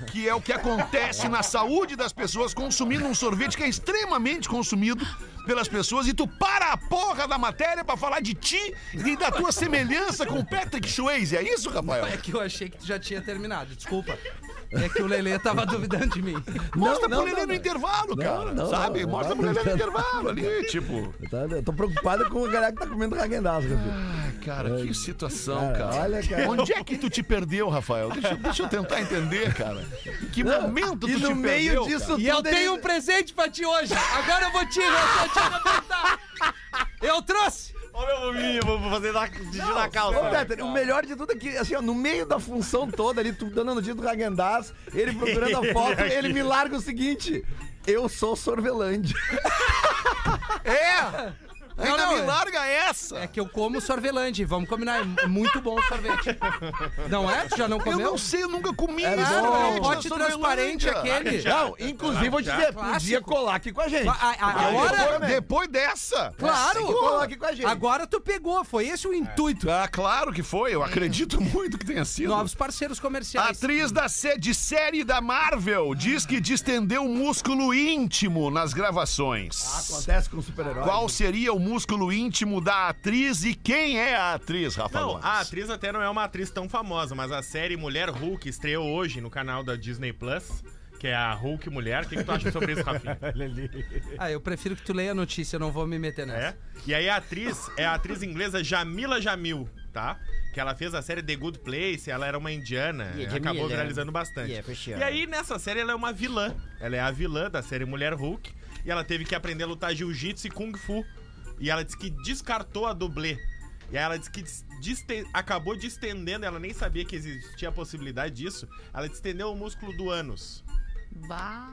Speaker 2: que é o que acontece na saúde das pessoas consumindo um sorvete que é extremamente consumido pelas pessoas e tu para a porra da matéria pra falar de ti e da tua semelhança com o Patrick Swayze. É isso, Rafael?
Speaker 4: É que eu achei que tu já tinha terminado, desculpa. É que o Lelê tava duvidando de mim.
Speaker 2: Mostra
Speaker 3: não,
Speaker 2: pro Lelê
Speaker 3: não,
Speaker 2: no
Speaker 3: não.
Speaker 2: intervalo,
Speaker 3: Não,
Speaker 2: cara.
Speaker 3: não,
Speaker 2: sabe?
Speaker 3: não,
Speaker 2: Mostra
Speaker 3: não.
Speaker 2: pro Lelê no intervalo ali, tipo.
Speaker 3: Eu tava- Eu tô preocupado com o galera que tá comendo Hagendaz,
Speaker 2: Cara, que situação,
Speaker 3: Cara,
Speaker 2: É Ah. cara.
Speaker 3: olha, cara.
Speaker 2: Onde é que tu te perdeu, Rafael? Deixa, eu- deixa eu tentar entender, cara. Em que momento
Speaker 3: e
Speaker 2: tu
Speaker 3: no
Speaker 2: te
Speaker 3: meio
Speaker 2: perdeu?
Speaker 3: disso
Speaker 2: cara?
Speaker 4: E eu tenho um presente pra ti hoje. Agora eu vou te, eu vou te arrebentar. Eu trouxe.
Speaker 8: Olha o meu eu vou fazer na, de na
Speaker 3: Ô, Peter, o melhor de tudo é que, assim, ó, no meio da função toda ali, tu dando a notícia do Hagendaz, ele procurando a foto, ele me larga o seguinte: eu sou Sorvelândia.
Speaker 2: É! Ainda
Speaker 4: não,
Speaker 2: me
Speaker 4: é.
Speaker 2: larga essa!
Speaker 4: É que eu como sorvelante, vamos combinar. É muito bom o sorvete. Não é? Tu já não
Speaker 2: eu
Speaker 4: comeu?
Speaker 2: não sei, eu nunca comi
Speaker 3: É
Speaker 2: isso.
Speaker 4: Ah,
Speaker 3: bom.
Speaker 4: não, é o
Speaker 2: Sorvelândia.
Speaker 4: pote transparente aquele.
Speaker 3: Não, inclusive, vou te dizer, podia colar aqui com a gente.
Speaker 4: A- a- a-
Speaker 2: Agora,
Speaker 4: Agora,
Speaker 2: depois, dessa.
Speaker 3: Tem que colar
Speaker 4: claro.
Speaker 3: aqui com a gente.
Speaker 4: Agora tu pegou, foi esse o intuito.
Speaker 2: Ah, claro que foi. Eu acredito muito que tenha sido.
Speaker 4: Novos parceiros
Speaker 2: A
Speaker 4: comerciais.
Speaker 2: Atriz da sé- de série da Marvel diz que distendeu o músculo íntimo nas gravações.
Speaker 3: Acontece com super-herói.
Speaker 2: Qual seria o músculo íntimo da atriz e quem é a atriz, Rafa
Speaker 5: Não,
Speaker 2: Gomes?
Speaker 5: a atriz até não é uma atriz tão famosa, mas a série Mulher Hulk estreou hoje no canal da Disney Plus, que é a Hulk Mulher. O que, que tu acha sobre isso, Rafinha?
Speaker 4: Ah, eu prefiro que tu leia a notícia, eu não vou me meter nessa.
Speaker 5: É. E aí a atriz é a atriz inglesa Jamila Jamil, tá? Que ela fez a série The Good Place, ela era uma indiana, e é acabou viralizando bastante. e aí nessa série ela é uma vilã. Ela é a vilã da série Mulher Hulk, e ela teve que aprender a lutar jiu-jitsu e kung fu. E ela disse que descartou a dublê. E aí ela disse que dis- diste- acabou distendendo, ela nem sabia que existia a possibilidade disso. Ela distendeu o músculo do ânus.
Speaker 6: Bah,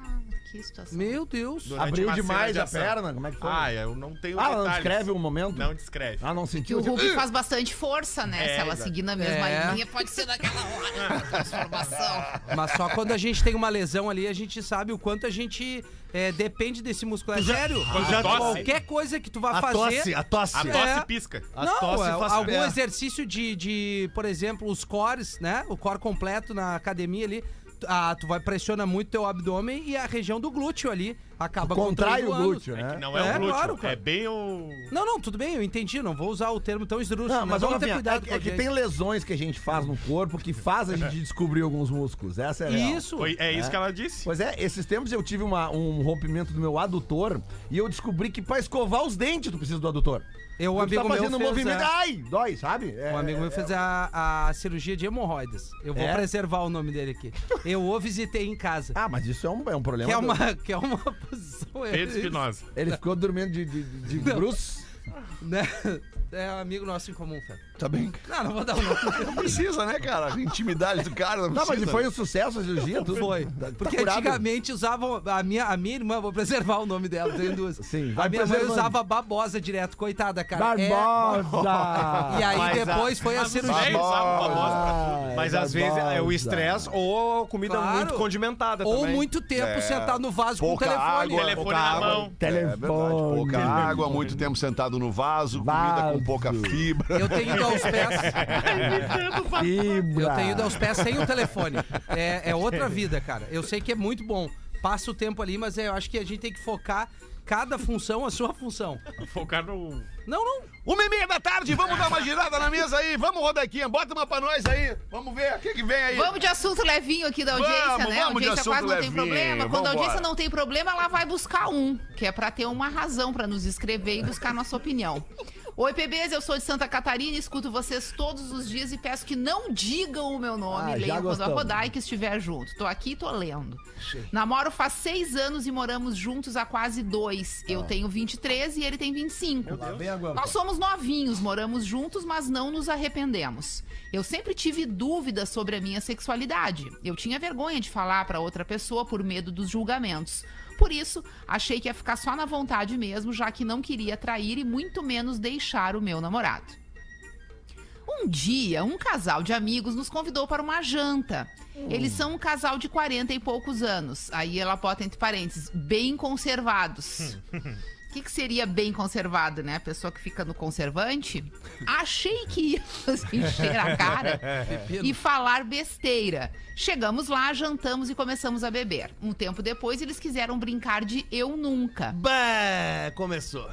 Speaker 6: que situação.
Speaker 4: Meu Deus.
Speaker 5: durante
Speaker 3: Abriu
Speaker 5: uma cena
Speaker 3: demais
Speaker 5: de
Speaker 3: a
Speaker 5: ação.
Speaker 3: perna? Como é que foi?
Speaker 5: Ah, eu não tenho
Speaker 3: Ah, ela não
Speaker 5: detalhes.
Speaker 3: escreve o momento?
Speaker 5: Não descreve.
Speaker 3: Ah, não
Speaker 6: Que
Speaker 3: sentiu.
Speaker 6: o Hulk faz bastante força, né?
Speaker 5: É,
Speaker 6: Se ela
Speaker 5: exato.
Speaker 6: seguir na mesma
Speaker 4: É.
Speaker 6: linha, pode ser naquela hora a
Speaker 4: *laughs*
Speaker 6: transformação.
Speaker 4: Mas só quando a gente tem uma lesão ali, a gente sabe o quanto a gente é, depende desse músculo. É sério?
Speaker 5: já tosse?
Speaker 4: Qualquer coisa que tu vá
Speaker 7: A
Speaker 4: fazer.
Speaker 7: tosse, a tosse.
Speaker 5: A tosse
Speaker 4: É.
Speaker 5: pisca.
Speaker 7: A
Speaker 4: não,
Speaker 7: tosse
Speaker 4: é,
Speaker 7: faz
Speaker 4: algum
Speaker 7: pé.
Speaker 4: exercício de, de, por exemplo, os cores, né? O core completo na academia ali. tu- Ah, tu vai pressiona muito teu abdômen e a região do glúteo ali acaba
Speaker 3: Tipo, Contrai
Speaker 4: contraindo
Speaker 3: o
Speaker 4: ânus.
Speaker 3: glúteo, né?
Speaker 5: Não é,
Speaker 4: É,
Speaker 5: o glúteo,
Speaker 4: claro, cara.
Speaker 5: é bem o...
Speaker 4: Não, não, tudo bem, eu entendi. Não vou usar o termo tão esdrúxulo.
Speaker 3: Não, mas
Speaker 4: vamos ter
Speaker 3: Rafinha,
Speaker 4: cuidado
Speaker 3: é,
Speaker 4: com
Speaker 3: que- é
Speaker 4: a
Speaker 3: que
Speaker 4: gente.
Speaker 3: tem lesões que a gente faz no corpo que faz a gente descobrir alguns músculos. Essa é a real.
Speaker 4: Isso.
Speaker 5: Foi, é isso
Speaker 3: É.
Speaker 5: que ela disse.
Speaker 3: Pois é, esses tempos eu tive uma- um rompimento do meu adutor e eu descobri que pra escovar os dentes tu precisa do adutor.
Speaker 4: Eu, um
Speaker 3: Tu
Speaker 4: amigo
Speaker 3: tá
Speaker 4: meu
Speaker 3: fazendo um
Speaker 4: fez,
Speaker 3: movimento,
Speaker 4: é.
Speaker 3: ai, dói, sabe? É,
Speaker 4: Um amigo meu fez a, a cirurgia de hemorroidas. Eu vou
Speaker 3: É?
Speaker 4: preservar o nome dele aqui. Eu o visitei em casa.
Speaker 3: Ah, mas isso é um, é um problema.
Speaker 4: que, é
Speaker 3: do-
Speaker 4: uma, *laughs* que é uma posição.
Speaker 5: Pedro Espinosa.
Speaker 3: Ele ficou dormindo de, de, de
Speaker 4: Não.
Speaker 3: bruços.
Speaker 4: Né? *laughs* É um amigo nosso em comum, cara.
Speaker 2: Tá bem.
Speaker 4: Não, não vou dar
Speaker 2: *laughs*
Speaker 4: o nome.
Speaker 2: Não precisa, né, cara? A intimidade do cara não
Speaker 3: Não,
Speaker 2: precisa.
Speaker 3: mas foi um sucesso a cirurgia? tudo.
Speaker 4: Foi.
Speaker 3: Tá- tá
Speaker 4: Porque
Speaker 3: curado.
Speaker 4: antigamente usavam. A minha, a minha irmã, vou preservar o nome dela, tenho duas.
Speaker 3: Sim, vai
Speaker 4: a minha mãe
Speaker 3: preservando.
Speaker 4: usava babosa direto, coitada, cara. É-
Speaker 3: Barbosa!
Speaker 4: E aí
Speaker 8: Mas a-
Speaker 4: depois foi a
Speaker 5: Mas os
Speaker 4: cirurgia.
Speaker 5: velhos usavam famosa pra tudo.
Speaker 3: Ai,
Speaker 8: Mas às vezes é o
Speaker 3: Barbosa.
Speaker 8: estresse ou comida
Speaker 4: Claro.
Speaker 8: muito condimentada
Speaker 4: Ou
Speaker 8: também.
Speaker 4: muito tempo sentado no vaso com o
Speaker 2: É, pouca
Speaker 4: telefone.
Speaker 2: água,
Speaker 5: Telefone
Speaker 8: pouca
Speaker 5: na
Speaker 8: água.
Speaker 5: mão.
Speaker 2: É
Speaker 3: Telefone.
Speaker 2: verdade, pouca água, muito tempo sentado no vaso, comida com
Speaker 3: Vaso.
Speaker 2: pouca fibra.
Speaker 4: Eu tenho ido aos
Speaker 2: *laughs*
Speaker 4: pés.
Speaker 3: Fibra.
Speaker 4: Eu tenho
Speaker 2: Ah.
Speaker 4: ido aos pés sem o telefone. É, é outra vida, cara. Eu sei que é muito bom. Passa o tempo ali, mas é, eu acho que a gente tem que focar Cada função, a sua função.
Speaker 5: Focar no.
Speaker 4: Não, não.
Speaker 2: Uma e meia da tarde, vamos dar uma girada na mesa aí. Vamos, Rodaquinha, bota uma pra nós aí. Vamos ver o que, que vem aí.
Speaker 6: Vamos de assunto levinho aqui da audiência,
Speaker 2: Vamos,
Speaker 6: né? A
Speaker 2: vamos de
Speaker 6: audiência quase
Speaker 2: assunto
Speaker 6: não tem
Speaker 2: levinho,
Speaker 6: problema. Quando a
Speaker 2: vambora.
Speaker 6: audiência não tem problema, ela vai buscar um, que é pra ter uma razão pra nos escrever e buscar nossa opinião. Oi, PBs, eu sou de Santa Catarina, escuto vocês todos os dias e peço que não digam o meu nome,
Speaker 3: Ah, já
Speaker 6: leiam quando a
Speaker 3: gostamos.
Speaker 6: Rodai que estiver junto. Tô aqui e tô lendo. Namoro faz seis anos e moramos juntos há quase dois.
Speaker 2: Ah.
Speaker 6: Eu tenho 23 e ele tem 25.
Speaker 3: Lá vem a guampa.
Speaker 6: Nós somos novinhos, moramos juntos, mas não nos arrependemos. Eu sempre tive dúvidas sobre a minha sexualidade. Eu tinha vergonha de falar para outra pessoa por medo dos julgamentos. Por isso, achei que ia ficar só na vontade mesmo, já que não queria trair e muito menos deixar o meu namorado. Um dia, um casal de amigos nos convidou para uma janta. Eles são um casal de 40 e poucos anos. Aí ela bota entre parênteses, bem conservados. O que, que seria bem conservado, né? A pessoa que fica no conservante? Achei que ia *laughs* encher a cara
Speaker 2: É.
Speaker 6: e falar besteira. Chegamos lá, jantamos e começamos a beber. Um tempo depois, eles quiseram brincar de eu nunca.
Speaker 7: Bah, começou.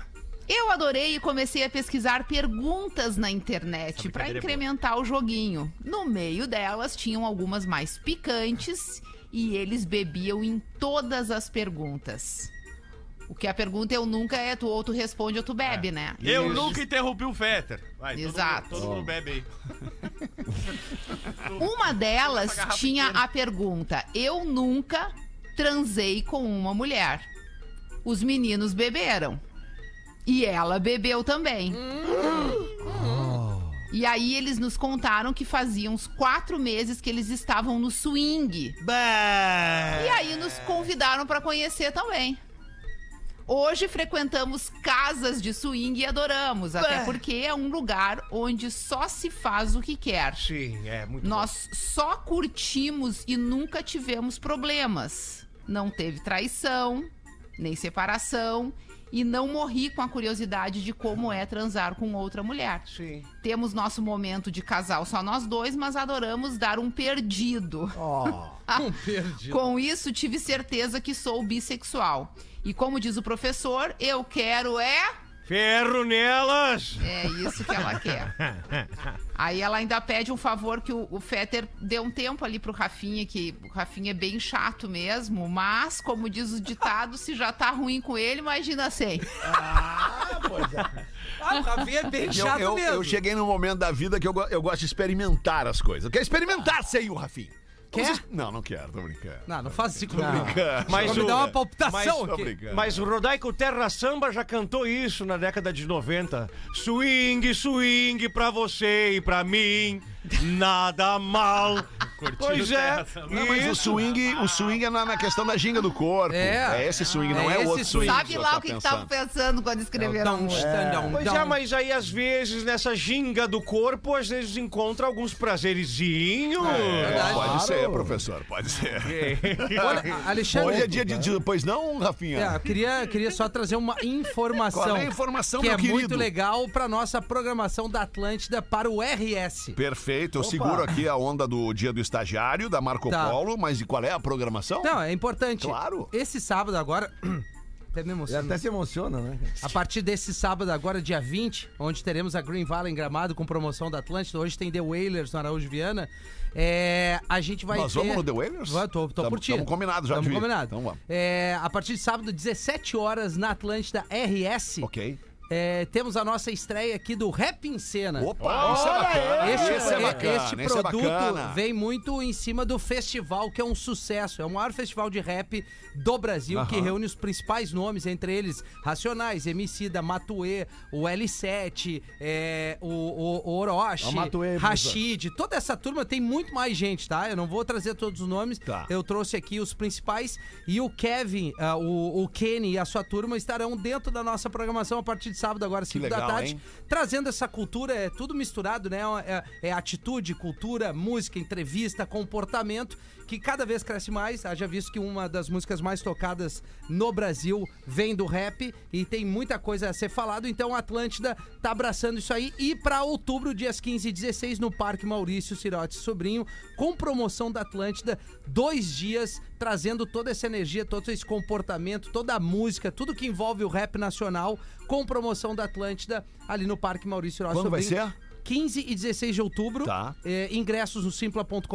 Speaker 6: Eu adorei e comecei a pesquisar perguntas na internet para incrementar o joguinho. No meio delas tinham algumas mais picantes e eles bebiam em todas as perguntas. O que a pergunta eu nunca é tu ou tu responde ou tu bebe, né?
Speaker 5: Eu nunca interrompi o Fetter. Vai, todo mundo-
Speaker 6: Exato.
Speaker 5: Todo mundo, bebe aí.
Speaker 6: Uma delas tinha a pergunta: Eu nunca transei com uma mulher. Os meninos beberam. E ela bebeu também. E aí eles nos contaram que faziam uns quatro meses que eles estavam no swing.
Speaker 7: Bah.
Speaker 6: E aí nos convidaram para conhecer também. Hoje frequentamos casas de swing e adoramos, até
Speaker 7: Bah.
Speaker 6: porque é um lugar onde só se faz o que quer.
Speaker 7: Sim, é muito
Speaker 6: Nós só curtimos e nunca tivemos problemas. Não teve traição, nem separação e não morri com a curiosidade de como é transar com outra mulher.
Speaker 7: Sim.
Speaker 6: Temos nosso momento de casal só nós dois, mas adoramos dar um perdido.
Speaker 7: Não perdi.
Speaker 6: Com isso, tive certeza que sou bissexual. E como diz o professor, eu quero é.
Speaker 7: Ferro nelas!
Speaker 6: É isso que ela quer. Aí ela ainda pede um favor que o, o Fetter dê um tempo ali pro Rafinha, que o Rafinha é bem chato mesmo, mas, como diz o ditado, se já tá ruim com ele, imagina sem.
Speaker 4: Ah, o Rafinha é bem
Speaker 2: Eu,
Speaker 4: chato
Speaker 2: eu-
Speaker 4: mesmo.
Speaker 2: eu cheguei num momento da vida que eu, go- eu gosto de experimentar as coisas. Eu quero experimentar sem o Rafinha. Então,
Speaker 4: Quer?
Speaker 2: vocês- Não, não quero, tô brincando.
Speaker 4: Não, não faz isso comigo.
Speaker 7: Mas
Speaker 4: Vai me
Speaker 7: o-
Speaker 4: dar uma
Speaker 7: mas-
Speaker 4: palpitação aqui. um
Speaker 2: Obrigado.
Speaker 7: Mas o Rodaico Terra Samba já cantou isso na década de 90. Swing, swing pra você e pra mim. Nada mal. pois é.
Speaker 5: Terra Samba.
Speaker 2: Não, mas o
Speaker 7: isso.
Speaker 2: swing, o swing é na, na questão da ginga do corpo.
Speaker 4: É.
Speaker 2: É, esse swing, não
Speaker 4: É
Speaker 2: é, o
Speaker 4: esse
Speaker 2: outro swing.
Speaker 4: swing.
Speaker 2: que
Speaker 6: Sabe
Speaker 2: eu
Speaker 6: lá
Speaker 2: tô
Speaker 6: o que tá que
Speaker 2: pensando.
Speaker 6: tava pensando quando escreveram a
Speaker 4: Down,
Speaker 6: música.
Speaker 4: stand, um down,
Speaker 7: Pois
Speaker 4: down.
Speaker 7: é, mas aí às vezes nessa ginga do corpo, às vezes encontra alguns prazerezinhos.
Speaker 2: É,
Speaker 4: Verdade.
Speaker 2: pode ser, professor, pode ser.
Speaker 7: *laughs*
Speaker 4: Olha, Alexandre.
Speaker 2: Hoje é dia de, de. Pois não, Rafinha?
Speaker 4: né? É, eu queria, queria só trazer uma informação.
Speaker 2: Qual é a informação,
Speaker 4: que
Speaker 2: meu
Speaker 4: é
Speaker 2: querido?
Speaker 4: muito legal para nossa programação da Atlântida para o RS.
Speaker 2: Perfeito, eu seguro aqui a onda do dia do estagiário, da Marco
Speaker 4: Tá.
Speaker 2: Polo, mas e qual é a programação?
Speaker 4: Não, é importante.
Speaker 2: Claro.
Speaker 4: Esse sábado agora. *coughs* Até me
Speaker 3: Ele
Speaker 4: emociono.
Speaker 3: até se emociona, né?
Speaker 4: A partir desse sábado, agora dia 20, onde teremos a Green Valley em Gramado com promoção da Atlântida. Hoje tem The Whalers no Araújo Viana. É, a gente vai
Speaker 2: Nós
Speaker 4: ter...
Speaker 2: vamos no The Whalers?
Speaker 4: Vai, tô, tô
Speaker 2: Tamo-
Speaker 4: curtindo.
Speaker 2: tamo combinado já,
Speaker 4: Tamo
Speaker 2: Divi.
Speaker 4: combinado.
Speaker 2: Então vamos.
Speaker 4: É, a partir de sábado, 17 horas, na Atlântida RS.
Speaker 2: Ok.
Speaker 4: É, temos a nossa estreia aqui do Rap em Cena.
Speaker 2: Opa, isso é bacana.
Speaker 4: Este,
Speaker 2: esse é bacana.
Speaker 4: este
Speaker 2: esse é
Speaker 4: produto
Speaker 2: bacana.
Speaker 4: vem muito em cima do festival, que é um sucesso. É o maior festival de rap do Brasil, que reúne os principais nomes, entre eles Racionais, Emicida, Matuê, o L7, é, o, o, o
Speaker 3: Ó,
Speaker 4: Orochi,
Speaker 3: Matuê,
Speaker 4: Rashid. Toda essa turma tem muito mais gente, tá? Eu não vou trazer todos os nomes.
Speaker 2: Tá.
Speaker 4: Eu trouxe aqui os principais. E o Kevin, ah, o, o Kenny e a sua turma estarão dentro da nossa programação a partir de sábado, agora 5 da
Speaker 2: legal,
Speaker 4: tarde
Speaker 2: hein?
Speaker 4: trazendo essa cultura, é tudo misturado, né? É, é atitude, cultura, música, entrevista, comportamento, que cada vez cresce mais. Haja visto que uma das músicas mais tocadas no Brasil vem do rap e tem muita coisa a ser falado, então a Atlântida tá abraçando isso aí. E pra outubro, dias 15 e 16, no Parque Maurício Cirote Sobrinho, com promoção da Atlântida, dois dias trazendo toda essa energia, todo esse comportamento, toda a música, tudo que envolve o rap nacional, com promoção da Atlântida ali no Parque Maurício Rocha
Speaker 2: Quando vai
Speaker 4: Sobrinho.
Speaker 2: ser?
Speaker 4: 15 e 16 de outubro.
Speaker 2: Tá.
Speaker 4: É, ingressos no simpla.com.br.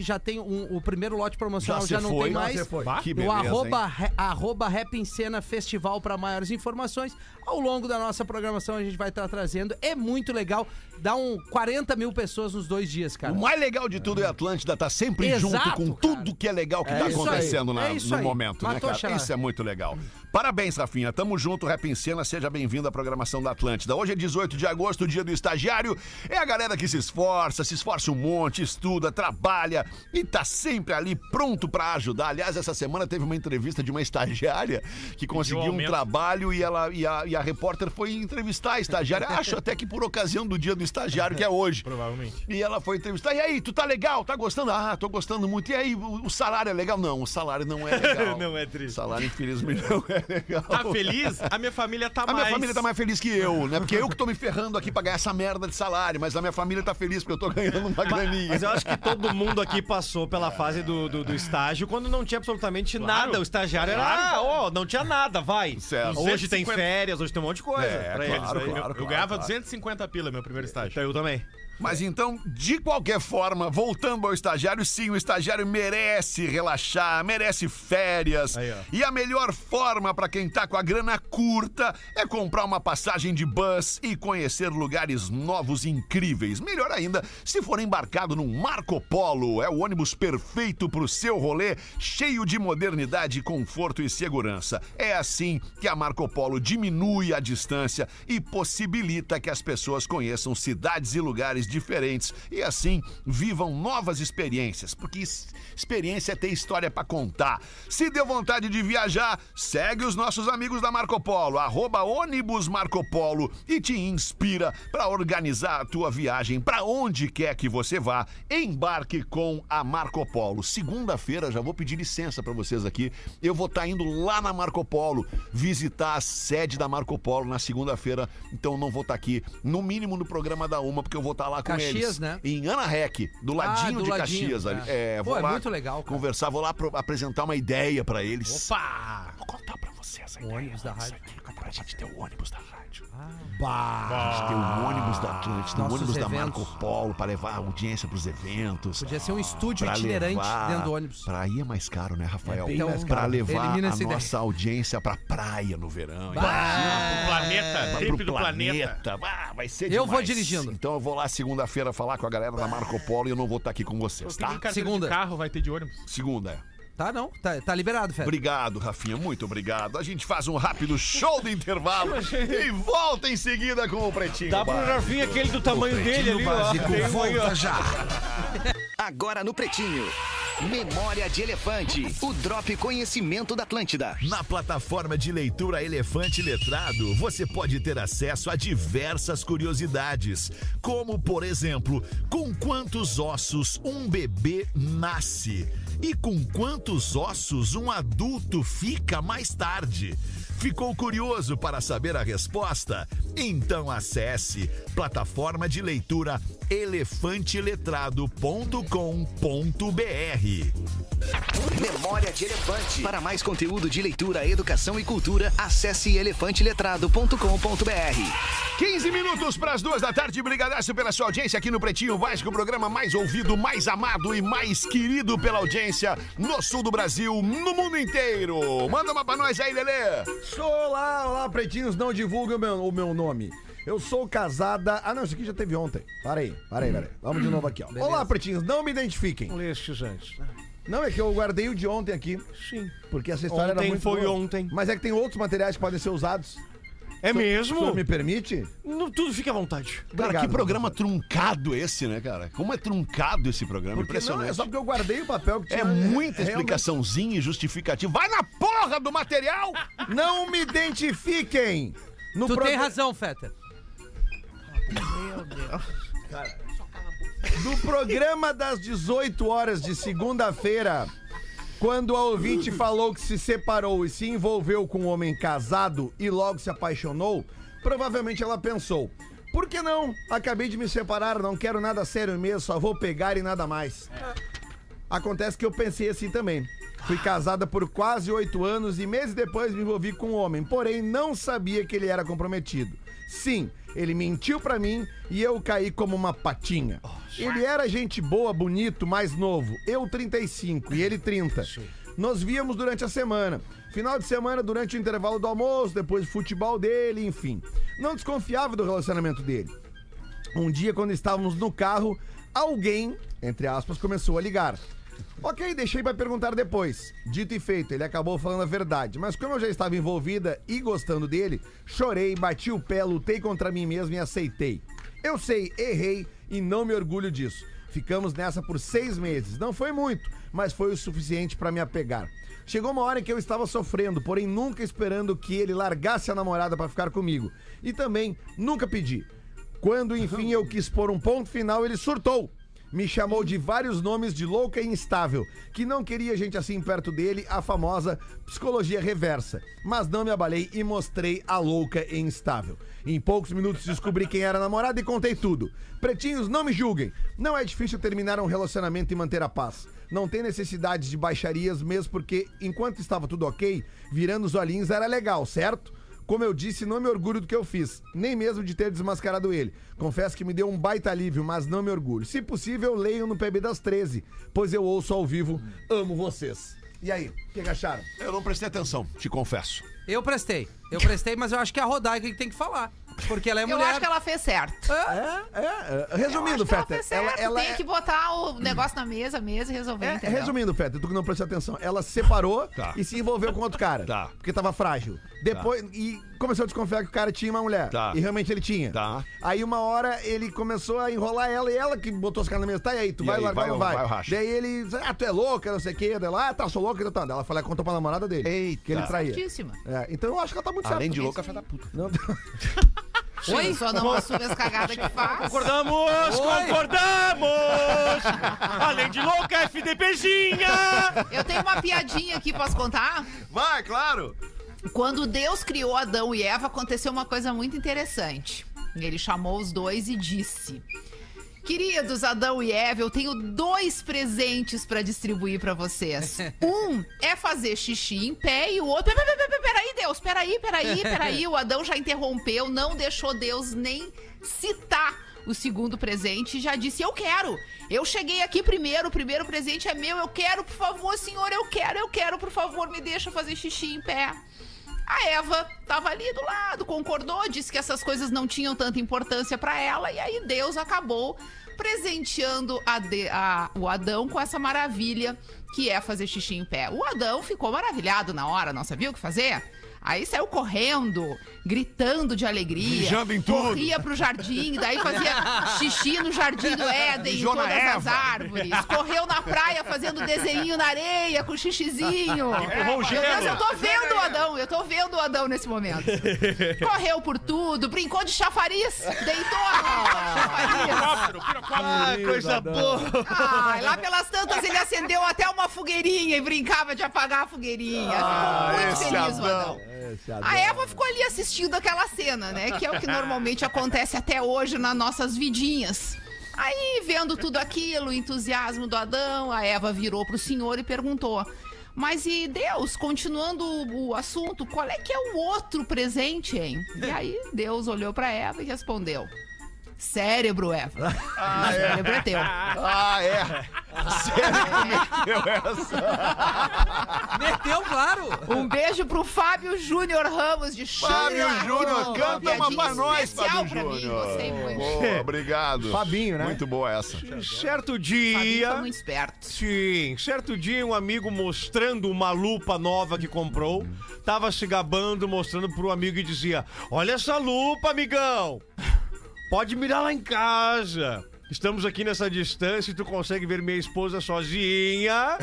Speaker 4: Já tem um- o primeiro lote promocional,
Speaker 2: Já
Speaker 4: já,
Speaker 2: se
Speaker 4: não
Speaker 2: foi,
Speaker 4: tem
Speaker 2: já
Speaker 4: mais.
Speaker 2: se foi. Bah, que beleza,
Speaker 4: o arroba,
Speaker 2: hein?
Speaker 4: re- arroba Rap em Cena Festival para maiores informações. Ao longo da nossa programação a gente vai estar trazendo. É muito legal. Dá um 40 mil pessoas nos dois dias, cara.
Speaker 2: O mais legal de tudo é a Atlântida tá sempre
Speaker 4: Exato,
Speaker 2: junto com
Speaker 4: cara.
Speaker 2: tudo que é legal que
Speaker 4: É
Speaker 2: tá
Speaker 4: isso aí,
Speaker 2: acontecendo na-
Speaker 4: é isso
Speaker 2: no
Speaker 4: aí.
Speaker 2: momento, né,
Speaker 4: Matou
Speaker 2: cara?
Speaker 4: a charada.
Speaker 2: Isso é muito legal. Parabéns, Rafinha. Tamo junto, Rap em Cena. Seja bem-vindo à programação da Atlântida. Hoje é 18 de agosto, dia do estagiário. É a galera que se esforça, se esforça um monte, estuda, trabalha e tá sempre ali pronto pra ajudar. Aliás, essa semana teve uma entrevista de uma estagiária que conseguiu um
Speaker 5: aumento.
Speaker 2: trabalho e, ela, e, a, e a repórter foi entrevistar a estagiária. Acho até que por ocasião do dia do estagiário, que é hoje.
Speaker 5: Provavelmente.
Speaker 2: E ela foi entrevistar. E aí, tu tá legal? Tá gostando? Ah, tô gostando muito. E aí, o, o salário é legal? Não, o salário não é legal.
Speaker 7: *laughs* Não é
Speaker 2: O
Speaker 7: triste.
Speaker 2: salário, infelizmente, *laughs* não é legal.
Speaker 5: Tá feliz? A minha família tá
Speaker 2: A
Speaker 5: mais.
Speaker 2: minha família tá mais feliz que eu, né? Porque eu que tô me ferrando aqui pra ganhar essa merda de salário, mas a minha família tá feliz porque eu tô *laughs* ganhando uma graninha.
Speaker 7: Mas eu acho que todo mundo aqui passou pela fase do, do, do estágio quando não tinha absolutamente
Speaker 5: Claro.
Speaker 7: nada. O estagiário era,
Speaker 5: Claro.
Speaker 7: ah, ó, não tinha nada, vai.
Speaker 2: Certo.
Speaker 7: Hoje tem
Speaker 5: 250.
Speaker 7: férias, hoje tem um monte de coisa.
Speaker 2: É,
Speaker 7: pra
Speaker 2: claro,
Speaker 7: eles, né?
Speaker 2: claro.
Speaker 5: Eu ganhava 250 pila meu primeiro estágio.
Speaker 7: Então eu também.
Speaker 2: Mas então, de qualquer forma, voltando ao estagiário, sim, o estagiário merece relaxar, merece férias.
Speaker 5: Aí, ó.
Speaker 2: e a melhor forma pra quem tá com a grana curta é comprar uma passagem de bus e conhecer lugares novos e incríveis. Melhor ainda, se for embarcado num Marco Polo, é o ônibus perfeito pro seu rolê, cheio de modernidade, conforto e segurança. É assim que a Marco Polo diminui a distância e possibilita que as pessoas conheçam cidades e lugares diferentes e assim vivam novas experiências, porque es- experiência é ter história pra contar. Se deu vontade de viajar, segue os nossos amigos da Marco Polo, arroba ônibus Marco Polo e te inspira pra organizar a tua viagem pra onde quer que você vá. Embarque com a Marco Polo. Segunda-feira já vou pedir licença pra vocês aqui. Eu vou estar indo lá na Marco Polo visitar a sede da Marco Polo na segunda-feira, então não vou estar aqui, no mínimo no programa da Uma, porque eu vou estar lá com
Speaker 4: Caxias,
Speaker 2: eles.
Speaker 4: né? Ah,
Speaker 2: Em Ana Rec, do ladinho
Speaker 4: do
Speaker 2: de
Speaker 4: ladinho,
Speaker 2: Caxias ali.
Speaker 4: é.
Speaker 2: É,
Speaker 4: Pô,
Speaker 2: vou
Speaker 4: é
Speaker 2: lá
Speaker 4: muito legal, cara.
Speaker 2: Conversar, vou lá pro- apresentar uma ideia pra eles.
Speaker 5: Opa!
Speaker 2: Vou contar pra vocês a
Speaker 4: O Um ônibus da rádio. Ah.
Speaker 2: aqui, pra gente ter o ônibus da rádio. A gente tem o ônibus da Atlântida, o
Speaker 4: Nossos
Speaker 2: ônibus da
Speaker 4: eventos.
Speaker 2: Marco Polo, pra levar audiência pros eventos.
Speaker 4: Podia ser um estúdio
Speaker 2: pra
Speaker 4: itinerante
Speaker 2: levar-
Speaker 4: dentro do ônibus.
Speaker 2: Pra ir é mais caro, né, Rafael?
Speaker 4: bem Então, mais
Speaker 2: pra
Speaker 4: caro.
Speaker 2: levar a
Speaker 4: elimina essa
Speaker 2: nossa
Speaker 4: ideia.
Speaker 2: audiência pra praia no verão.
Speaker 5: Pro planeta,
Speaker 2: Vai
Speaker 5: trip
Speaker 2: Ah. pro
Speaker 5: do planeta.
Speaker 2: planeta. Ah, vai ser
Speaker 4: Eu vou
Speaker 2: demais.
Speaker 4: dirigindo.
Speaker 2: Então eu vou lá segunda-feira falar com a galera da Marco Polo e eu não vou estar aqui com vocês,
Speaker 5: Eu pedi
Speaker 2: tá?
Speaker 5: carteira
Speaker 4: Segunda.
Speaker 5: de carro, vai ter de ônibus.
Speaker 2: Segunda. é.
Speaker 4: Tá, não? Tá, tá liberado, Fede.
Speaker 2: Obrigado, Rafinha. Muito obrigado. A gente faz um rápido show do intervalo
Speaker 1: *laughs*
Speaker 2: e volta em seguida com o Pretinho.
Speaker 7: Dá pro
Speaker 2: Básico.
Speaker 7: Jarvinho aquele do tamanho dele
Speaker 1: Pretinho
Speaker 7: ali, ó.
Speaker 1: Básico
Speaker 7: Tem um aí, ó.
Speaker 1: volta já.
Speaker 9: Agora no Pretinho. Memória de Elefante. O Drop Conhecimento da Atlântida.
Speaker 1: Na plataforma de leitura Elefante Letrado, você pode ter acesso a diversas curiosidades, como, por exemplo, com quantos ossos um bebê nasce e com quantos ossos um adulto fica mais tarde. Ficou curioso para saber a resposta? Então acesse plataforma de leitura elefanteletrado.com.br.
Speaker 9: Memória de Elefante. Para mais conteúdo de leitura, educação e cultura, acesse elefanteletrado.com.br.
Speaker 2: 15 minutos para as duas da tarde. Brigadaço pela sua audiência aqui no Pretinho Vasco, o programa mais ouvido, mais amado e mais querido pela audiência no sul do Brasil, no mundo inteiro. Manda uma pra nós aí, Lelê.
Speaker 3: Olá, olá, pretinhos, não divulguem o meu, o meu nome. Eu sou casada. Ah, não, isso aqui já teve ontem. Para aí, para aí, para aí. Vamos de novo aqui, ó. Olá, pretinhos, não me identifiquem.
Speaker 7: Estes antes.
Speaker 3: Não, é que eu guardei o de ontem aqui. Sim. Porque essa história era
Speaker 7: Ontem
Speaker 3: muito
Speaker 7: foi
Speaker 3: boa.
Speaker 7: ontem.
Speaker 3: Mas é que tem outros materiais que podem ser usados.
Speaker 7: É
Speaker 3: O senhor
Speaker 7: mesmo?
Speaker 3: me permite?
Speaker 7: No- tudo fica à vontade.
Speaker 2: Cara,
Speaker 3: Obrigado,
Speaker 2: que programa truncado esse, né, cara? Como é truncado esse programa?
Speaker 3: Porque não,
Speaker 2: Impressionante.
Speaker 3: é só porque eu guardei o papel que tinha.
Speaker 2: É muita
Speaker 3: realmente.
Speaker 2: explicaçãozinha e justificativa. Vai na porra do material!
Speaker 3: Não me identifiquem! No
Speaker 4: Tu tem
Speaker 3: progra-
Speaker 4: razão, Feta.
Speaker 3: No programa das 18 horas de segunda-feira, quando a ouvinte falou que se separou e se envolveu com um homem casado e logo se apaixonou, provavelmente ela pensou: por que não? Acabei de me separar, não quero nada sério mesmo, só vou pegar e nada mais. Acontece que eu pensei assim também. Fui casada por quase oito anos e meses depois me envolvi com um homem, porém não sabia que ele era comprometido. Sim, ele mentiu pra mim e eu caí como uma patinha. Ele era gente boa, bonito, mais novo. Eu 35 e ele 30. Nós víamos durante a semana. Final de semana, durante o intervalo do almoço, depois do futebol dele, enfim. Não desconfiava do relacionamento dele. Um dia, quando estávamos no carro, alguém, entre aspas, começou a ligar. Ok, deixei pra perguntar depois. Dito e feito, ele acabou falando a verdade. Mas como eu já estava envolvida e gostando dele, chorei, bati o pé, lutei contra mim mesmo e aceitei. Eu sei, errei e não me orgulho disso. Ficamos nessa por seis meses. Não foi muito, mas foi o suficiente pra me apegar. Chegou uma hora em que eu estava sofrendo, porém nunca esperando que ele largasse a namorada pra ficar comigo. E também nunca pedi. Quando enfim eu quis pôr um ponto final, ele surtou. Me chamou de vários nomes de louca e instável, que não queria gente assim perto dele, a famosa psicologia reversa. Mas não me abalei e mostrei a louca e instável. Em poucos minutos descobri quem era a namorada e contei tudo. Pretinhos, não me julguem. Não é difícil terminar um relacionamento e manter a paz. Não tem necessidade de baixarias, mesmo porque, enquanto estava tudo ok, virando os olhinhos era legal, certo? Como eu disse, não me orgulho do que eu fiz, nem mesmo de ter desmascarado ele. Confesso que me deu um baita alívio, mas não me orgulho. Se possível, leiam no PB das 13, pois eu ouço ao vivo. Amo vocês. E aí, o que que acharam?
Speaker 2: Eu não prestei atenção, te confesso.
Speaker 4: Eu prestei. Eu prestei, mas eu acho que é a Rodaica que tem que falar. Porque ela é
Speaker 6: Eu
Speaker 4: mulher.
Speaker 6: acho que ela fez certo.
Speaker 3: É, é,
Speaker 6: Resumindo,
Speaker 3: resumindo,
Speaker 6: ela
Speaker 3: Feta,
Speaker 6: fez certo.
Speaker 3: ela, ela
Speaker 6: tem
Speaker 3: é-
Speaker 6: que botar o negócio na mesa, mesa e resolver,
Speaker 3: é,
Speaker 6: entendeu?
Speaker 3: resumindo, Feta, tu que não prestou atenção. Ela se separou
Speaker 2: *laughs* Tá.
Speaker 3: e se envolveu com outro cara.
Speaker 2: Tá.
Speaker 3: Porque tava frágil. Depois. E começou a desconfiar que o cara tinha uma mulher.
Speaker 2: Tá.
Speaker 3: E realmente ele tinha.
Speaker 2: Tá.
Speaker 3: Aí uma hora ele começou a enrolar ela e ela que botou os caras na mesa. Tá, e aí, tu
Speaker 2: E
Speaker 3: vai
Speaker 2: aí,
Speaker 3: largar
Speaker 2: vai
Speaker 3: ou
Speaker 2: ou-
Speaker 3: não vai?
Speaker 2: vai ou racha?
Speaker 3: Daí ele, diz, ah, tu é louca, não sei o quê. Daí ela, ah, tá, sou louca, então tá. Daí ela falou, ela contou pra namorada dele.
Speaker 2: Eita.
Speaker 3: Que ele traía.
Speaker 6: Certíssima.
Speaker 3: É, então eu acho que ela tá muito
Speaker 2: Além
Speaker 3: certa.
Speaker 2: de louca, fé da puta.
Speaker 3: Não-
Speaker 6: Oi? Só não assume as cagadas que faz.
Speaker 7: Concordamos,
Speaker 4: Oi.
Speaker 7: concordamos! Além de louca, FDPzinha!
Speaker 6: Eu tenho uma piadinha aqui, posso contar?
Speaker 2: Vai, claro!
Speaker 6: Quando Deus criou Adão e Eva, aconteceu uma coisa muito interessante. Ele chamou os dois e disse: Queridos Adão e Eva, eu tenho dois presentes pra distribuir pra vocês. Um é fazer xixi em pé e o outro. Peraí, peraí, peraí, peraí, Deus, peraí, peraí, peraí. O Adão já interrompeu, não deixou Deus nem citar o segundo presente e já disse: Eu quero. Eu cheguei aqui primeiro, o primeiro presente é meu, eu quero, por favor, senhor, eu quero, eu quero, por favor, me deixa fazer xixi em pé. A Eva tava ali do lado, concordou, disse que essas coisas não tinham tanta importância para ela, e aí Deus acabou presenteando a De- a- o Adão com essa maravilha que é fazer xixi em pé. O Adão ficou maravilhado na hora, não sabia o que fazer? Aí saiu correndo, gritando de alegria.
Speaker 2: Mijando em tudo.
Speaker 6: Corria pro jardim,
Speaker 2: *laughs*
Speaker 6: daí fazia xixi no jardim do Éden, em
Speaker 2: Mijou na
Speaker 6: todas as
Speaker 2: Eva.
Speaker 6: árvores. Correu na praia fazendo desenho na areia
Speaker 2: *laughs*
Speaker 6: com xixizinho.
Speaker 7: Empurrou o
Speaker 6: Meu
Speaker 7: gelo.
Speaker 6: Deus, eu tô vendo o Adão, eu tô vendo o Adão nesse momento. Correu por tudo, brincou de chafariz, deitou a chafariz.
Speaker 7: Ah, coisa boa!
Speaker 6: Ah, lá pelas tantas ele acendeu até uma fogueirinha e brincava de apagar a fogueirinha. Ficou muito
Speaker 2: esse
Speaker 6: feliz o
Speaker 2: Adão.
Speaker 6: Adão. A Eva ficou ali assistindo aquela cena, né? Que é o que normalmente acontece até hoje nas nossas vidinhas. Aí, vendo tudo aquilo, o entusiasmo do Adão, a Eva virou pro senhor e perguntou: Mas e Deus, continuando o o assunto, qual é que é o outro presente, hein? E aí, Deus olhou pra Eva e respondeu: Cérebro, Eva. o cérebro é teu.
Speaker 2: Ah, é! Sério, meu, essa.
Speaker 4: Meteu, *laughs* claro.
Speaker 6: *laughs* Um beijo pro Fábio Júnior Ramos de Chile.
Speaker 2: Fábio Júnior, canta uma pra nós,
Speaker 6: especial
Speaker 2: Fábio
Speaker 6: pra mim,
Speaker 2: Júnior.
Speaker 6: gostei muito.
Speaker 2: Boa, obrigado.
Speaker 3: Fabinho, né?
Speaker 2: Muito boa essa.
Speaker 7: Certo
Speaker 6: Fabinho foi
Speaker 7: dia.
Speaker 6: tá muito esperto.
Speaker 7: Sim, certo dia um amigo mostrando uma lupa nova que comprou, tava se gabando, mostrando pro amigo e dizia: Olha essa lupa, amigão! Pode mirar lá em casa. Estamos aqui nessa distância e tu consegue ver minha esposa sozinha,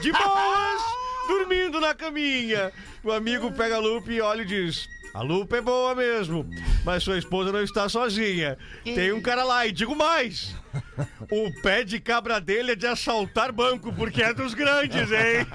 Speaker 7: de *laughs* boas, dormindo na caminha. O amigo pega a lupa e olha e diz: A lupa é boa mesmo, mas sua esposa não está sozinha. Tem um cara lá e digo mais. O pé de cabra dele é de assaltar banco, porque é dos grandes, hein?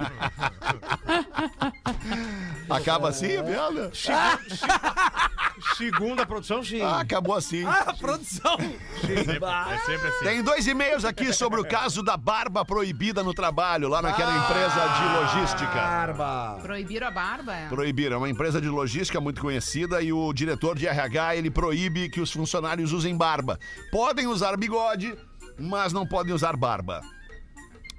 Speaker 2: Acaba assim, a piada?
Speaker 7: Segu- se- *laughs* Segunda produção, sim.
Speaker 1: Ah, acabou assim.
Speaker 4: Ah, produção!
Speaker 5: É sempre assim.
Speaker 1: Tem dois e-mails aqui sobre o caso da barba proibida no trabalho, lá naquela empresa de logística.
Speaker 3: Barba.
Speaker 6: Proibiram a barba? é?
Speaker 1: Proibiram. É uma empresa de logística muito conhecida e o diretor de RH, ele proíbe que os funcionários usem barba. Podem usar bigode, mas não podem usar barba.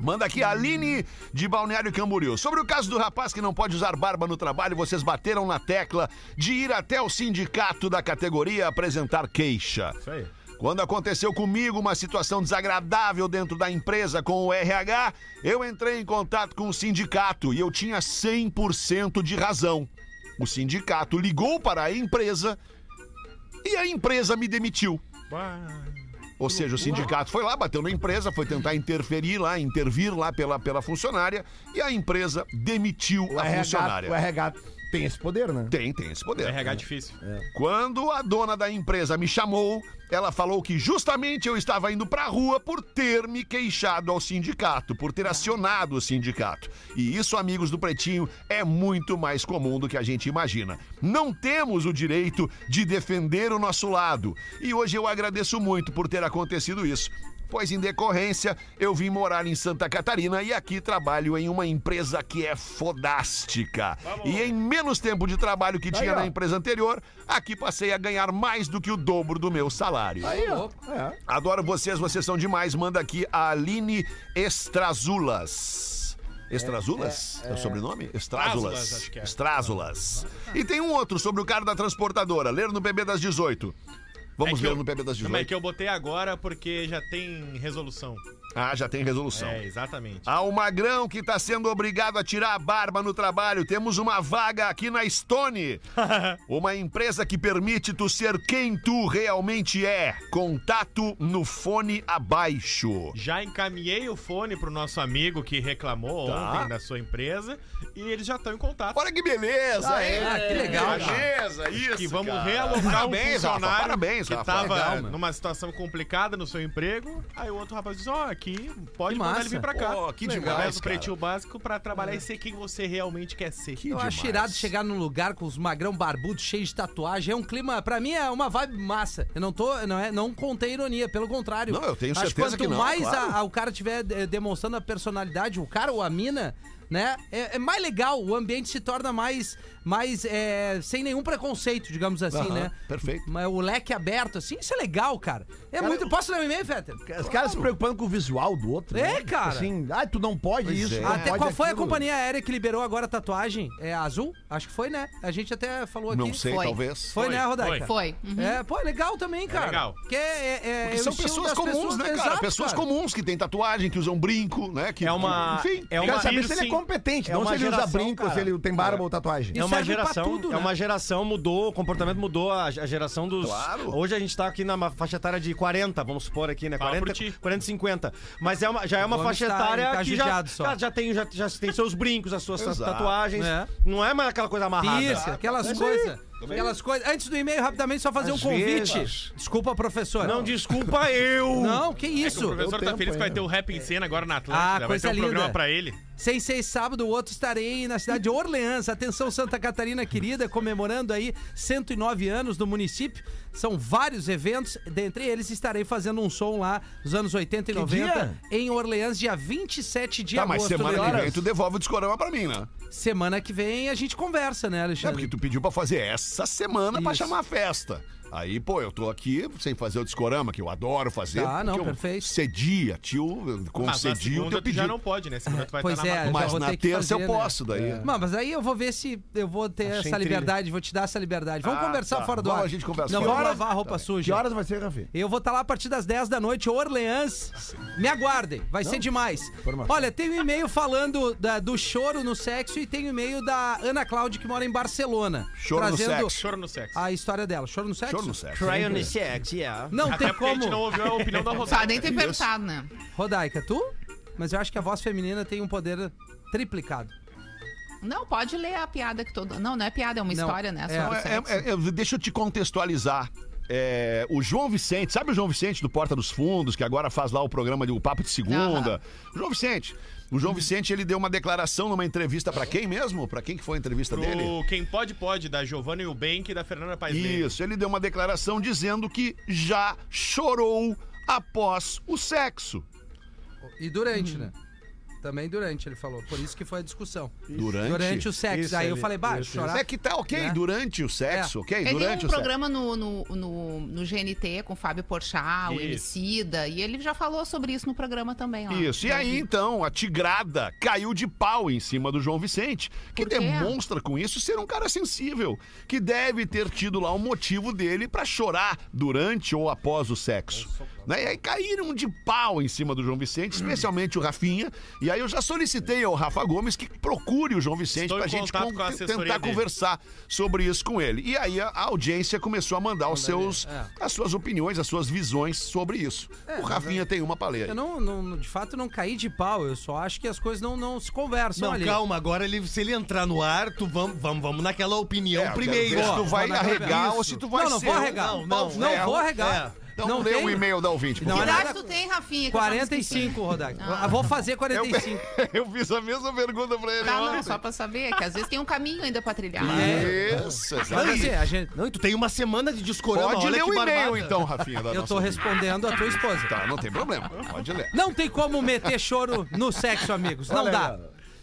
Speaker 1: Manda aqui a Aline de Balneário Camboriú. Sobre o caso do rapaz que não pode usar barba no trabalho, vocês bateram na tecla de ir até o sindicato da categoria apresentar queixa.
Speaker 5: Isso aí.
Speaker 1: Quando aconteceu comigo uma situação desagradável dentro da empresa com o RH, eu entrei em contato com o sindicato e eu tinha 100% de razão. O sindicato ligou para a empresa e a empresa me demitiu. Ou seja, o sindicato foi lá, bateu na empresa, foi tentar interferir lá, intervir lá pela, pela funcionária e a empresa demitiu a funcionária.
Speaker 3: o é RH tem esse poder, né?
Speaker 1: Tem, tem esse poder.
Speaker 5: É RH difícil.
Speaker 2: É.
Speaker 1: Quando a dona da empresa me chamou, ela falou que justamente eu estava indo pra rua por ter me queixado ao sindicato, por ter acionado o sindicato. E isso, amigos do Pretinho, é muito mais comum do que a gente imagina. Não temos o direito de defender o nosso lado. E hoje eu agradeço muito por ter acontecido isso. Pois em decorrência, eu vim morar em Santa Catarina e aqui trabalho em uma empresa que é fodástica. E em menos tempo de trabalho que tinha na empresa anterior, aqui passei a ganhar mais do que o dobro do meu salário.
Speaker 3: É.
Speaker 1: Adoro vocês, vocês são demais. Manda aqui a Aline Estrazulas. Estrazulas? É, o sobrenome?
Speaker 5: Estrazulas,
Speaker 1: Estrazulas.
Speaker 5: acho que é.
Speaker 1: Estrazulas. E tem um outro sobre o cara da transportadora. Ler no PB das 18. Vamos
Speaker 5: É que
Speaker 1: ler
Speaker 5: eu-
Speaker 1: no PB das
Speaker 5: Não, é
Speaker 1: 18.
Speaker 5: que eu botei agora porque já tem resolução.
Speaker 1: Ah, já tem resolução.
Speaker 5: É, exatamente.
Speaker 1: Ao Magrão que está sendo obrigado a tirar a barba no trabalho, temos uma vaga aqui
Speaker 7: *laughs*
Speaker 1: na Stone. uma empresa que permite tu ser quem tu realmente é. Contato no fone abaixo.
Speaker 5: Já encaminhei o fone pro nosso amigo que reclamou
Speaker 1: Tá.
Speaker 5: ontem da sua empresa e eles já estão em contato.
Speaker 1: Olha que beleza! hein?
Speaker 4: Ah, que legal. cara.
Speaker 1: Beleza, isso.
Speaker 5: que vamos
Speaker 1: cara.
Speaker 5: realocar um
Speaker 1: Parabéns,
Speaker 5: funcionário
Speaker 1: Rafa, parabéns,
Speaker 5: que
Speaker 1: Rafa.
Speaker 5: tava
Speaker 1: Legal, meu.
Speaker 5: numa situação complicada no seu emprego. Aí o outro rapaz diz: Ó, aqui pode
Speaker 4: Que
Speaker 5: mandar
Speaker 4: massa.
Speaker 5: ele vir pra cá.
Speaker 1: Pô, que
Speaker 5: Legal.
Speaker 1: demais,
Speaker 5: Através do
Speaker 1: cara. É.
Speaker 5: pretinho básico pra trabalhar e ser quem você realmente quer ser.
Speaker 1: Que
Speaker 5: Eu
Speaker 4: Eu
Speaker 5: acho-
Speaker 4: acho irado chegar num lugar com os magrão barbudos cheios de tatuagem. É um clima, pra mim é uma vibe massa. Eu não tô, não é, não contei ironia, pelo contrário.
Speaker 1: Não, eu tenho
Speaker 4: acho
Speaker 1: certeza
Speaker 4: quanto
Speaker 1: que não,
Speaker 4: mais a-
Speaker 1: claro.
Speaker 4: a- o cara tiver eh, demonstrando a personalidade, o cara ou a mina, né, é, é mais legal. O ambiente se torna mais, mais eh, sem nenhum preconceito, digamos assim,
Speaker 1: Aham,
Speaker 4: né?
Speaker 1: perfeito.
Speaker 4: Mas o leque aberto, assim, isso é legal, cara. É muito. Posso ler um e-mail, Fetter?
Speaker 3: Os caras se preocupando com o visual do outro.
Speaker 4: É,
Speaker 3: né? Tipo
Speaker 4: cara.
Speaker 3: Assim, ah, tu não pode isso. tu não
Speaker 4: Até
Speaker 3: pode
Speaker 4: qual foi a
Speaker 3: aquilo."
Speaker 4: companhia aérea que liberou agora a tatuagem? É a azul? Acho que foi, né? A gente até falou aqui.
Speaker 1: Não sei,
Speaker 6: Foi.
Speaker 1: talvez.
Speaker 4: Foi, né, Rodaica?
Speaker 5: foi.
Speaker 6: Foi. Uhum.
Speaker 4: É, pô, é legal também, cara.
Speaker 5: legal.
Speaker 4: Porque é, é,
Speaker 1: Porque
Speaker 4: é o
Speaker 1: são
Speaker 4: estilo
Speaker 1: pessoas
Speaker 4: das
Speaker 1: comuns, né, cara?
Speaker 4: exato,
Speaker 1: pessoas
Speaker 4: cara.
Speaker 1: comuns que têm tatuagem, que usam brinco, né? Que,
Speaker 7: É uma-
Speaker 1: Enfim,
Speaker 7: é
Speaker 3: Quero
Speaker 7: uma-
Speaker 3: saber se ele é
Speaker 5: Sim.
Speaker 3: competente,
Speaker 7: É
Speaker 3: não
Speaker 7: uma
Speaker 3: se ele usa
Speaker 7: geração,
Speaker 3: brinco,
Speaker 7: cara.
Speaker 3: se ele tem barba ou tatuagem.
Speaker 4: E
Speaker 7: é uma
Speaker 4: serve pra
Speaker 7: geração,
Speaker 4: tudo,
Speaker 7: é
Speaker 4: né?
Speaker 7: uma geração mudou, o comportamento mudou, a, a geração dos
Speaker 1: Claro.
Speaker 7: Hoje a gente tá aqui na ma- faixa etária de 40, vamos supor aqui, né?
Speaker 5: Fala
Speaker 7: 40,
Speaker 5: por ti.
Speaker 7: 40 50. Mas é uma, já é uma
Speaker 4: O homem
Speaker 7: faixa
Speaker 4: tá-
Speaker 7: etária
Speaker 4: tá
Speaker 7: que já,
Speaker 4: judiado só.
Speaker 7: já, já tem já, já tem seus brincos, as suas
Speaker 1: Exato.
Speaker 7: tatuagens.
Speaker 4: É.
Speaker 7: Não é mais aquela coisa amarrada.
Speaker 4: Isso, aquelas coisas. Aquelas coisas. Antes do e-mail, rapidamente, só fazer
Speaker 7: Às
Speaker 4: um convite.
Speaker 7: vezes.
Speaker 4: Desculpa, professor.
Speaker 7: Não desculpa eu.
Speaker 4: Não, que
Speaker 5: O
Speaker 4: isso.
Speaker 5: professor tá feliz que vai ter o rap em cena agora na
Speaker 4: Ah,
Speaker 5: Atlântida. vai ter
Speaker 4: coisa
Speaker 5: um programa
Speaker 4: linda.
Speaker 5: pra ele.
Speaker 4: Sem seis sábado, o outro estarei na cidade de Orleans. Atenção, Santa Catarina querida, comemorando aí 109 anos do município. São vários eventos, dentre eles estarei fazendo um som lá dos anos 80 e 90 em Orleans, dia 27 de
Speaker 1: Tá, mas
Speaker 4: agosto.
Speaker 1: semana que
Speaker 4: Lelê.
Speaker 1: vem tu devolve o discorama pra mim, né?
Speaker 4: Semana que vem a gente conversa, né,
Speaker 1: É
Speaker 4: Alexandre?
Speaker 1: porque tu pediu pra fazer essa semana pra
Speaker 4: Isso.
Speaker 1: chamar a festa. Aí, pô, eu tô aqui sem fazer o discorama, que eu adoro fazer.
Speaker 4: Tá, não,
Speaker 1: porque eu
Speaker 4: perfeito.
Speaker 1: Cedi, a tio, eu
Speaker 5: Mas na
Speaker 1: concedi o
Speaker 5: segunda
Speaker 1: teu
Speaker 5: tu já não
Speaker 1: pedido.
Speaker 5: pode, né? Segunda tu vai
Speaker 4: Pois
Speaker 5: estar na
Speaker 4: é,
Speaker 5: Mata-
Speaker 1: Mas
Speaker 4: já vou
Speaker 1: na
Speaker 4: ter que
Speaker 1: terça
Speaker 4: fazer,
Speaker 1: eu
Speaker 4: né?
Speaker 1: posso, daí.
Speaker 4: Não, mas aí eu vou ver se eu vou ter essa liberdade, vou te dar essa liberdade. Vamos
Speaker 1: Ah,
Speaker 4: conversar
Speaker 1: tá.
Speaker 4: fora do
Speaker 1: Vamos,
Speaker 4: ar.
Speaker 1: a gente conversa
Speaker 4: Não
Speaker 1: fora
Speaker 4: vamos
Speaker 1: do ar. Tá
Speaker 4: lavar a roupa suja.
Speaker 3: Que horas vai ser, Rafi?
Speaker 4: Eu vou estar lá a partir das 10 da noite, Orleans. Me aguardem, vai ser demais. Olha, tem um e-mail falando da- do choro no sexo e tem um e-mail da Ana Cláudia que mora em Barcelona.
Speaker 1: Choro no
Speaker 4: trazendo
Speaker 1: sexo.
Speaker 5: Choro no sexo.
Speaker 4: a história dela. Choro no sexo?
Speaker 1: Choro no sexo.
Speaker 7: Crayon sex,
Speaker 8: é.
Speaker 7: yeah.
Speaker 4: Não
Speaker 5: Até
Speaker 4: tem
Speaker 5: É
Speaker 8: um
Speaker 5: porque a gente não
Speaker 4: como.
Speaker 5: ouviu a opinião
Speaker 1: *laughs*
Speaker 5: da
Speaker 6: Só
Speaker 5: Rodaica.
Speaker 6: Tá, nem ter perguntado, né?
Speaker 4: Rodaica, tu? Mas eu acho que a voz feminina tem um poder triplicado.
Speaker 6: Não, pode ler a piada que todo. Não, não é piada, é uma
Speaker 4: Não,
Speaker 6: história, né?
Speaker 4: é.
Speaker 6: Sobre o
Speaker 1: É,
Speaker 6: sexo.
Speaker 1: é, é, eu- deixa eu te contextualizar. É, o João Vicente, sabe o João Vicente do Porta dos Fundos, que agora faz lá o programa de O Papo de Segunda?
Speaker 6: Aham.
Speaker 1: O João Vicente,
Speaker 2: O João Vicente, ele deu uma declaração numa entrevista pra quem mesmo? Pra quem que foi a entrevista dele?
Speaker 5: Pro Quem Pode Pode, da Giovanna Eubank e da Fernanda Paes Leite.
Speaker 2: Isso, ele deu uma declaração dizendo que já chorou após o sexo.
Speaker 4: E durante,
Speaker 1: Hum.
Speaker 4: né? Também durante, ele falou. Por isso que foi a discussão.
Speaker 2: Durante?
Speaker 4: Durante o sexo.
Speaker 7: Isso,
Speaker 4: Aí eu
Speaker 7: ele-
Speaker 4: falei, bah,
Speaker 7: isso,
Speaker 4: chorar.
Speaker 2: É que tá ok,
Speaker 4: Né?
Speaker 2: durante o sexo, ok?
Speaker 6: Ele
Speaker 2: durante
Speaker 6: tem um
Speaker 2: o sexo.
Speaker 6: programa no, no, no, no GNT com o Fábio Porchat, o
Speaker 5: Isso.
Speaker 6: Emicida, e ele já falou sobre isso no programa também. Ó.
Speaker 2: Isso, e
Speaker 6: Já
Speaker 2: aí
Speaker 6: vi.
Speaker 2: então a tigrada caiu de pau em cima do João Vicente, que
Speaker 6: Por quê?
Speaker 2: demonstra com isso ser um cara sensível, que deve ter tido lá um motivo dele pra chorar durante ou após o sexo. Né? E aí caíram de pau em cima do João Vicente, especialmente o Rafinha, e aí eu já solicitei ao Rafa Gomes que procure o João Vicente
Speaker 5: Estou em
Speaker 2: pra gente
Speaker 5: contato
Speaker 2: con-
Speaker 5: com a assessoria
Speaker 2: tentar
Speaker 5: dele.
Speaker 2: conversar sobre isso com ele. E aí a, a audiência começou a mandar os seus,
Speaker 5: é.
Speaker 2: as suas opiniões, as suas visões sobre isso.
Speaker 6: É,
Speaker 2: o Rafinha tem uma paleta.
Speaker 4: Eu não, não- de fato, não caí de pau. Eu só acho que as coisas não, não se conversam
Speaker 8: Não,
Speaker 4: ali.
Speaker 8: calma, agora ele, se ele entrar no ar, tu vamos, vamos, vamos naquela
Speaker 4: Então,
Speaker 8: opinião
Speaker 2: É, eu
Speaker 8: primeiro.
Speaker 2: quero ver se tu
Speaker 8: Ó,
Speaker 2: vai
Speaker 4: Vou na-
Speaker 2: arregar
Speaker 4: Isso.
Speaker 2: ou se tu vai
Speaker 4: Não, não
Speaker 2: ser
Speaker 4: vou
Speaker 2: um
Speaker 4: arregar.
Speaker 8: não,
Speaker 4: Não,
Speaker 8: não,
Speaker 4: não,
Speaker 2: é,
Speaker 4: vou arregar.
Speaker 2: Então não lê
Speaker 4: tem-
Speaker 2: o e-mail da ouvinte.
Speaker 4: Não,
Speaker 6: Que
Speaker 2: porque
Speaker 4: é
Speaker 6: idade
Speaker 4: nada-
Speaker 6: tu tem, Rafinha? que eu já não esqueci?
Speaker 4: 45, Rodaico. Ah, vou fazer 45.
Speaker 2: *laughs* Eu fiz a mesma pergunta pra ele
Speaker 6: Tá, não,
Speaker 2: ontem.
Speaker 6: só pra saber, que às vezes tem um caminho ainda pra trilhar.
Speaker 2: É, Isso,
Speaker 4: É. Mas
Speaker 2: exatamente.
Speaker 4: assim, a gente,
Speaker 8: Não, e tu tem uma semana de discorama,
Speaker 2: Pode
Speaker 8: olha
Speaker 2: ler
Speaker 8: que
Speaker 2: o e-mail
Speaker 8: barbada.
Speaker 2: então, Rafinha. da
Speaker 4: eu
Speaker 2: nossa
Speaker 4: tô
Speaker 2: ouvinte.
Speaker 4: respondendo a tua esposa.
Speaker 2: Tá, não tem problema. Pode ler.
Speaker 4: Não tem como meter choro no sexo, amigos. Não dá.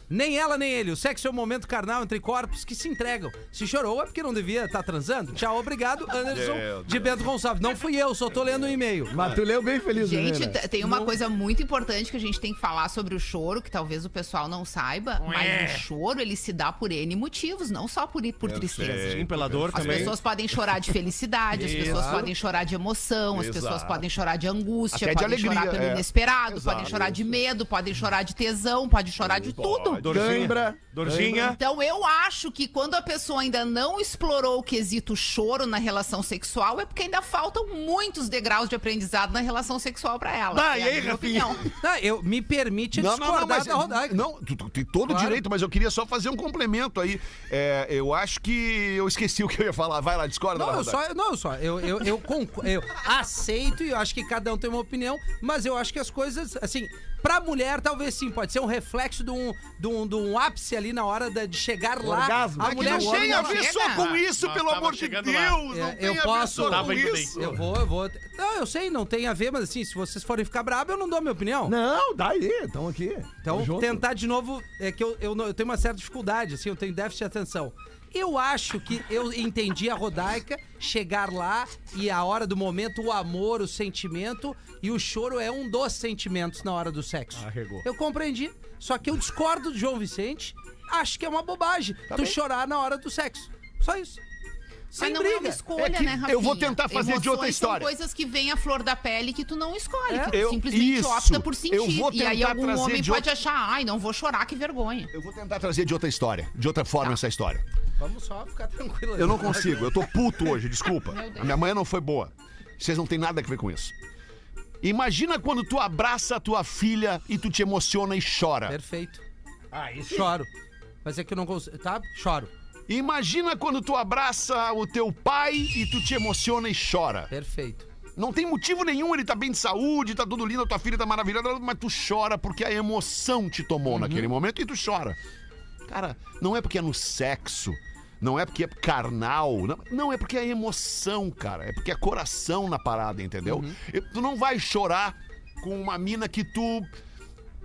Speaker 4: Nem ela, nem ele. O sexo é um momento carnal entre corpos que se entregam. Se chorou é porque não devia estar transando. Tchau, obrigado,
Speaker 2: Meu
Speaker 4: Anderson de Bento Gonçalves. Não fui eu, só tô lendo o e-mail.
Speaker 3: Mas Ah, tu leu bem feliz, né,
Speaker 6: Gente, então-
Speaker 3: né?
Speaker 6: t- tem uma coisa muito importante que a gente tem que falar sobre o choro, que talvez o pessoal não saiba, mas o choro ele se dá por N motivos, não só por, por tristeza.
Speaker 7: Sim, pela dor
Speaker 6: As
Speaker 7: também.
Speaker 6: pessoas podem chorar de felicidade, as pessoas podem chorar de emoção, as
Speaker 2: Exato.
Speaker 6: pessoas podem chorar de angústia,
Speaker 2: Até de
Speaker 6: podem
Speaker 2: alegria,
Speaker 6: chorar pelo
Speaker 2: é.
Speaker 6: inesperado,
Speaker 2: Exato.
Speaker 6: podem chorar de medo, podem chorar de tesão, podem chorar de tudo.
Speaker 3: Cãibra.
Speaker 7: Dorzinha.
Speaker 6: Então eu acho que quando a pessoa ainda não explorou o quesito choro na relação sexual, é porque ainda faltam muitos degraus de aprendizado na relação sexual pra ela.
Speaker 8: Tá,
Speaker 6: É
Speaker 8: e
Speaker 6: a
Speaker 8: aí,
Speaker 6: minha
Speaker 8: Rafinha?
Speaker 6: opinião.
Speaker 4: Tá, eu, me permite
Speaker 2: Não, não,
Speaker 4: discordar
Speaker 2: não, mas,
Speaker 4: da Rodaica.
Speaker 2: não, tu, tu tem todo o
Speaker 4: Claro.
Speaker 2: direito, mas eu queria só fazer um complemento aí. É, eu acho que eu esqueci o que eu ia falar. Vai lá, discorda.
Speaker 5: é
Speaker 4: Não, eu
Speaker 2: Rodaica.
Speaker 4: só, não, eu só, eu, eu, eu, concu- eu aceito e eu acho que cada um tem uma opinião, mas eu acho que as coisas, assim, pra mulher talvez sim, pode ser um reflexo de um, de um, de um ápice ali na hora da- de chegar lá.
Speaker 3: orgasmo.
Speaker 4: A
Speaker 3: Mas que
Speaker 4: mulher
Speaker 2: Um É não
Speaker 6: homem
Speaker 2: tem a
Speaker 6: não
Speaker 2: ver
Speaker 6: chega.
Speaker 2: só com isso,
Speaker 5: Nós
Speaker 2: pelo
Speaker 5: tava
Speaker 2: amor de Deus.
Speaker 5: chegando lá.
Speaker 2: Não
Speaker 4: É,
Speaker 2: tem
Speaker 4: eu
Speaker 2: a ver
Speaker 4: posso-
Speaker 2: só
Speaker 5: Tava
Speaker 2: com
Speaker 5: indo bem.
Speaker 2: isso.
Speaker 4: Eu vou, eu vou. Não, eu sei, não tem a ver, mas assim, se vocês forem ficar brabo, eu não dou minha opinião.
Speaker 3: Não, daí, estão aqui.
Speaker 4: Então,
Speaker 3: Tamo junto.
Speaker 4: tentar de novo é que eu, eu, não- eu tenho uma certa dificuldade, assim, eu tenho déficit de atenção. Eu acho que eu entendi a Rodaica chegar lá e a hora do momento, o amor, o sentimento e o choro é um dos sentimentos na hora do sexo.
Speaker 7: Arregou.
Speaker 4: Eu compreendi, só que eu discordo do João Vicente, acho que é uma bobagem
Speaker 2: Tá
Speaker 4: tu chorar na hora do sexo. Só isso. Sem
Speaker 6: Mas não é uma
Speaker 4: briga.
Speaker 6: escolha,
Speaker 2: É que
Speaker 6: né, Rafinha?
Speaker 2: eu vou tentar fazer de
Speaker 6: Emoções
Speaker 2: outra história.
Speaker 6: São coisas que vêm à flor da pele que tu não escolhe,
Speaker 4: É.
Speaker 6: que tu
Speaker 2: Eu-
Speaker 6: simplesmente
Speaker 2: isso.
Speaker 6: opta por sentir.
Speaker 2: Eu vou
Speaker 6: e aí
Speaker 2: tentar
Speaker 6: algum
Speaker 2: trazer
Speaker 6: homem
Speaker 2: de
Speaker 6: pode
Speaker 2: outro-
Speaker 6: achar, ai, não vou chorar, que vergonha.
Speaker 2: Eu vou tentar trazer de outra história, de outra
Speaker 4: Tá.
Speaker 2: forma essa história.
Speaker 4: Vamos só ficar tranquilo.
Speaker 2: Eu não consigo, eu tô puto hoje, desculpa.
Speaker 6: Meu Deus.
Speaker 2: A minha manhã não foi boa. Vocês não têm nada a ver com isso. Imagina quando tu abraça a tua filha e tu te emociona e chora.
Speaker 4: Perfeito. Ah, isso. Choro. Mas é que eu não consigo. Tá? Choro.
Speaker 2: Imagina quando tu abraça o teu pai e tu te emociona e chora.
Speaker 4: Perfeito.
Speaker 2: Não tem motivo nenhum, ele tá bem de saúde, tá tudo lindo, a tua filha tá maravilhosa, mas tu chora porque a emoção te tomou naquele momento e tu chora. Cara, não é porque é no sexo, não é porque é carnal, não, não, é porque é emoção, cara, é porque é coração na parada, entendeu?
Speaker 4: Uhum.
Speaker 2: E tu não vai chorar com uma mina que tu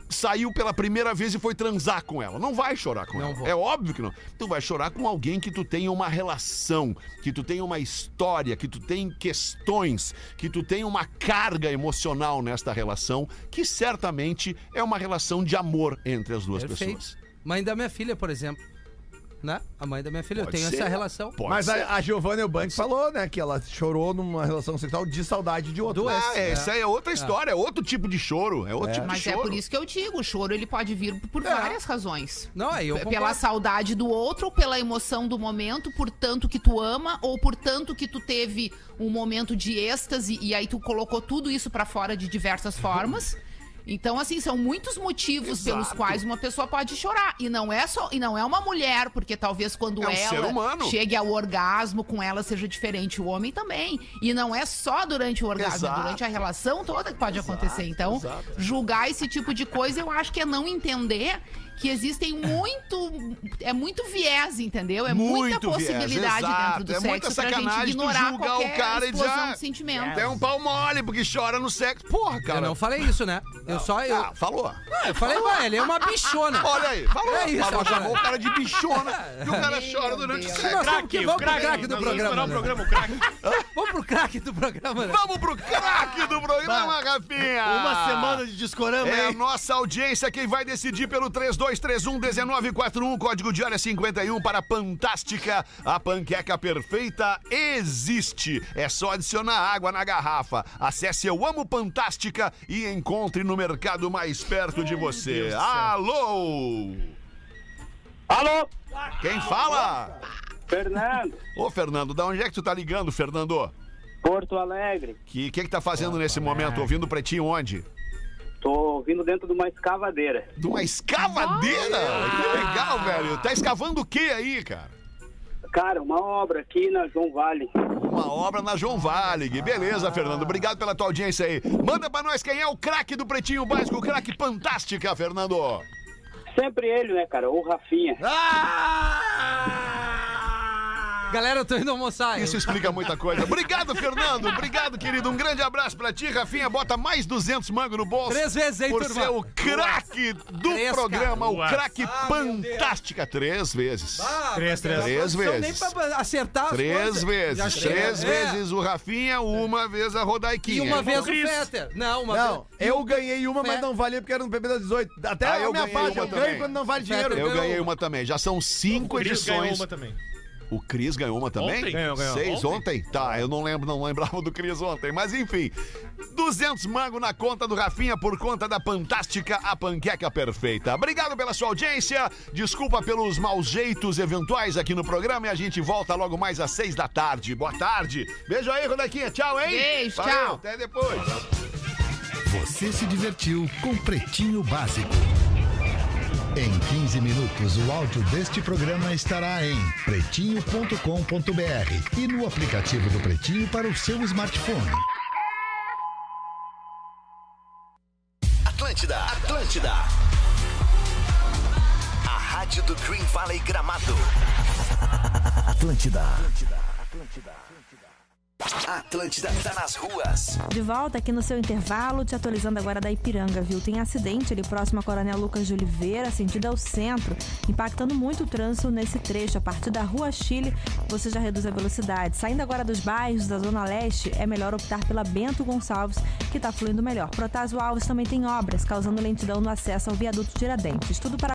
Speaker 2: saiu pela primeira vez e foi transar com ela. Não vai chorar com
Speaker 4: Não
Speaker 2: ela.
Speaker 4: vou.
Speaker 2: É óbvio que não. Tu vai chorar com alguém que tu tenha uma relação, que tu tenha uma história, que tu tem questões, que tu tenha uma carga emocional nesta relação, que certamente é uma relação de amor entre as duas
Speaker 4: Perfeito.
Speaker 2: pessoas.
Speaker 4: Mmãe da minha filha, por exemplo. Né? A mãe da minha filha,
Speaker 2: Pode
Speaker 4: eu tenho
Speaker 2: ser.
Speaker 4: essa relação.
Speaker 2: Pode
Speaker 3: Mas
Speaker 2: ser. Ah, é,
Speaker 3: a, a Giovanna Eubank falou, né, que ela chorou numa relação sexual de saudade de outra.
Speaker 4: Duas.
Speaker 2: Ah, é, essa
Speaker 4: né?
Speaker 2: é outra história, é outro tipo de choro, é outro tipo de
Speaker 6: Mas é
Speaker 2: choro. É.
Speaker 6: por isso que eu digo, o choro ele pode vir por várias razões.
Speaker 4: Não, aí eu
Speaker 6: P-
Speaker 4: concordo.
Speaker 6: pela saudade do outro, pela emoção do momento, por tanto que tu ama ou por tanto que tu
Speaker 2: Uhum.
Speaker 6: teve um momento de êxtase e aí tu colocou tudo isso pra fora de diversas formas. Então, assim, são muitos motivos pelos quais uma pessoa pode chorar. E não é só, e não é uma mulher, porque talvez quando
Speaker 2: É um
Speaker 6: ela
Speaker 2: ser humano.
Speaker 6: chegue ao orgasmo, com ela seja diferente. O homem também. E não é só durante o orgasmo,
Speaker 2: Exato.
Speaker 6: é durante a relação toda que pode acontecer. Então, julgar esse tipo de coisa, eu acho que é não entender que existem muito. É muito viés, entendeu? É muita
Speaker 2: Muito viés,
Speaker 6: possibilidade
Speaker 2: exato.
Speaker 6: dentro do
Speaker 2: É muita
Speaker 6: sexo pra gente
Speaker 2: sacanagem tu
Speaker 6: ignorar
Speaker 2: julgar o
Speaker 6: qualquer
Speaker 2: cara e dizer,
Speaker 6: explosão
Speaker 2: "Ah,
Speaker 6: de sentimento.
Speaker 2: É um pau mole, porque chora no sexo. Porra, cara.
Speaker 4: Eu não falei isso, né? Eu só. Eu,
Speaker 2: Ah, falou.
Speaker 4: eu falei, ué, ele é uma bichona.
Speaker 2: Olha aí, falou.
Speaker 4: É isso,
Speaker 2: falou,
Speaker 4: agora.
Speaker 2: chamou o cara de bichona. E o
Speaker 4: *laughs*
Speaker 2: cara
Speaker 6: Meu
Speaker 2: chora durante o
Speaker 6: Deus.
Speaker 2: sexo.
Speaker 4: Nós temos que- vamos pro craque do
Speaker 5: Nós vamos
Speaker 4: programa.
Speaker 5: estourar o
Speaker 4: né?
Speaker 5: programa, o craque.
Speaker 4: Vamos pro craque do programa, né?
Speaker 2: Vamos pro craque do programa, Rafinha.
Speaker 8: Uma semana de discorama,
Speaker 2: Ah. É a
Speaker 8: hein?
Speaker 2: nossa audiência quem vai decidir pelo 3231-1941, código de área 51 para Fantástica. A panqueca perfeita existe. É só adicionar água na garrafa. Acesse Eu Amo Fantástica e encontre no mercado mais perto de você. Alô!
Speaker 10: Alô,
Speaker 2: Quem fala?
Speaker 10: Fernando,
Speaker 2: Ô, Fernando, da onde é que tu tá ligando, Fernando?
Speaker 10: Porto Alegre.
Speaker 2: Que que, que tá fazendo nesse momento? Ouvindo o Pretinho onde?
Speaker 10: Tô vindo dentro de uma escavadeira.
Speaker 2: De uma escavadeira? Que legal, velho. Tá escavando o que aí, cara?
Speaker 10: Cara, uma obra aqui na João Vale.
Speaker 2: Uma obra na João Valig. Beleza, Fernando. Obrigado pela tua audiência aí. Manda pra nós quem é o craque do Pretinho Básico, o craque fantástica, Fernando.
Speaker 10: Sempre ele, né, cara? Ou Rafinha.
Speaker 4: Galera, eu tô indo almoçar.
Speaker 2: Isso explica muita coisa. Obrigado, Fernando. Obrigado, querido. Um grande abraço pra ti, Rafinha. Bota mais 200 mangos no bolso.
Speaker 4: Três vezes, hein,
Speaker 2: Por
Speaker 4: turma?
Speaker 2: ser o craque do
Speaker 4: Três, cara.
Speaker 2: programa, o
Speaker 5: Duas.
Speaker 2: craque
Speaker 4: Ah, meu Deus.
Speaker 2: fantástica. Três vezes.
Speaker 4: Ah,
Speaker 7: Três,
Speaker 4: mas
Speaker 7: três.
Speaker 4: a
Speaker 2: Três
Speaker 4: produção
Speaker 2: vezes.
Speaker 4: Nem pra acertar as
Speaker 2: Três
Speaker 4: coisas. Já
Speaker 2: vezes.
Speaker 4: chega.
Speaker 2: Três
Speaker 4: É.
Speaker 2: vezes o Rafinha, uma vez a
Speaker 4: E
Speaker 2: Rodaiquinha.
Speaker 4: uma vez o
Speaker 5: Cris.
Speaker 4: Fetter. Não, uma
Speaker 3: Não,
Speaker 4: vez.
Speaker 3: eu ganhei uma, mas não valia porque era no PB da 18. Até
Speaker 2: Ah,
Speaker 3: a
Speaker 2: eu
Speaker 3: minha
Speaker 2: ganhei
Speaker 3: fase
Speaker 2: uma
Speaker 3: eu
Speaker 2: também.
Speaker 3: ganho quando não vale dinheiro.
Speaker 2: Eu ganhei uma também. Já são cinco
Speaker 5: Cris ganhou
Speaker 2: edições.
Speaker 5: uma também.
Speaker 2: O Cris ganhou uma também?
Speaker 5: Ontem.
Speaker 7: Ganhou, ganhou.
Speaker 2: Seis ontem? Tá, eu não lembro, não lembrava do Cris ontem. Mas enfim, 200 mango na conta do Rafinha por conta da fantástica A Panqueca Perfeita. Obrigado pela sua audiência. Desculpa pelos maus jeitos eventuais aqui no programa e a gente volta logo mais às seis da tarde. Boa tarde. Beijo aí, Rodequinha. Tchau, hein?
Speaker 6: Beijo,
Speaker 2: Valeu,
Speaker 6: tchau.
Speaker 2: Até depois.
Speaker 11: Você se divertiu com Pretinho Básico. Em 15 minutos, o áudio deste programa estará em pretinho.com.br e no aplicativo do Pretinho para o seu smartphone.
Speaker 9: Atlântida, Atlântida. A rádio do Green Valley Gramado. Atlântida. Atlântida tá nas ruas.
Speaker 12: De volta aqui no seu intervalo, te atualizando agora da Ipiranga, viu? Tem acidente ali próximo a Coronel Lucas de Oliveira, sentido ao centro, impactando muito o trânsito nesse trecho. A partir da Rua Chile, você já reduz a velocidade. Saindo agora dos bairros da Zona Leste, é melhor optar pela Bento Gonçalves, tá que está fluindo melhor. Protásio Alves também tem obras, causando lentidão no acesso ao viaduto Tiradentes. Tudo para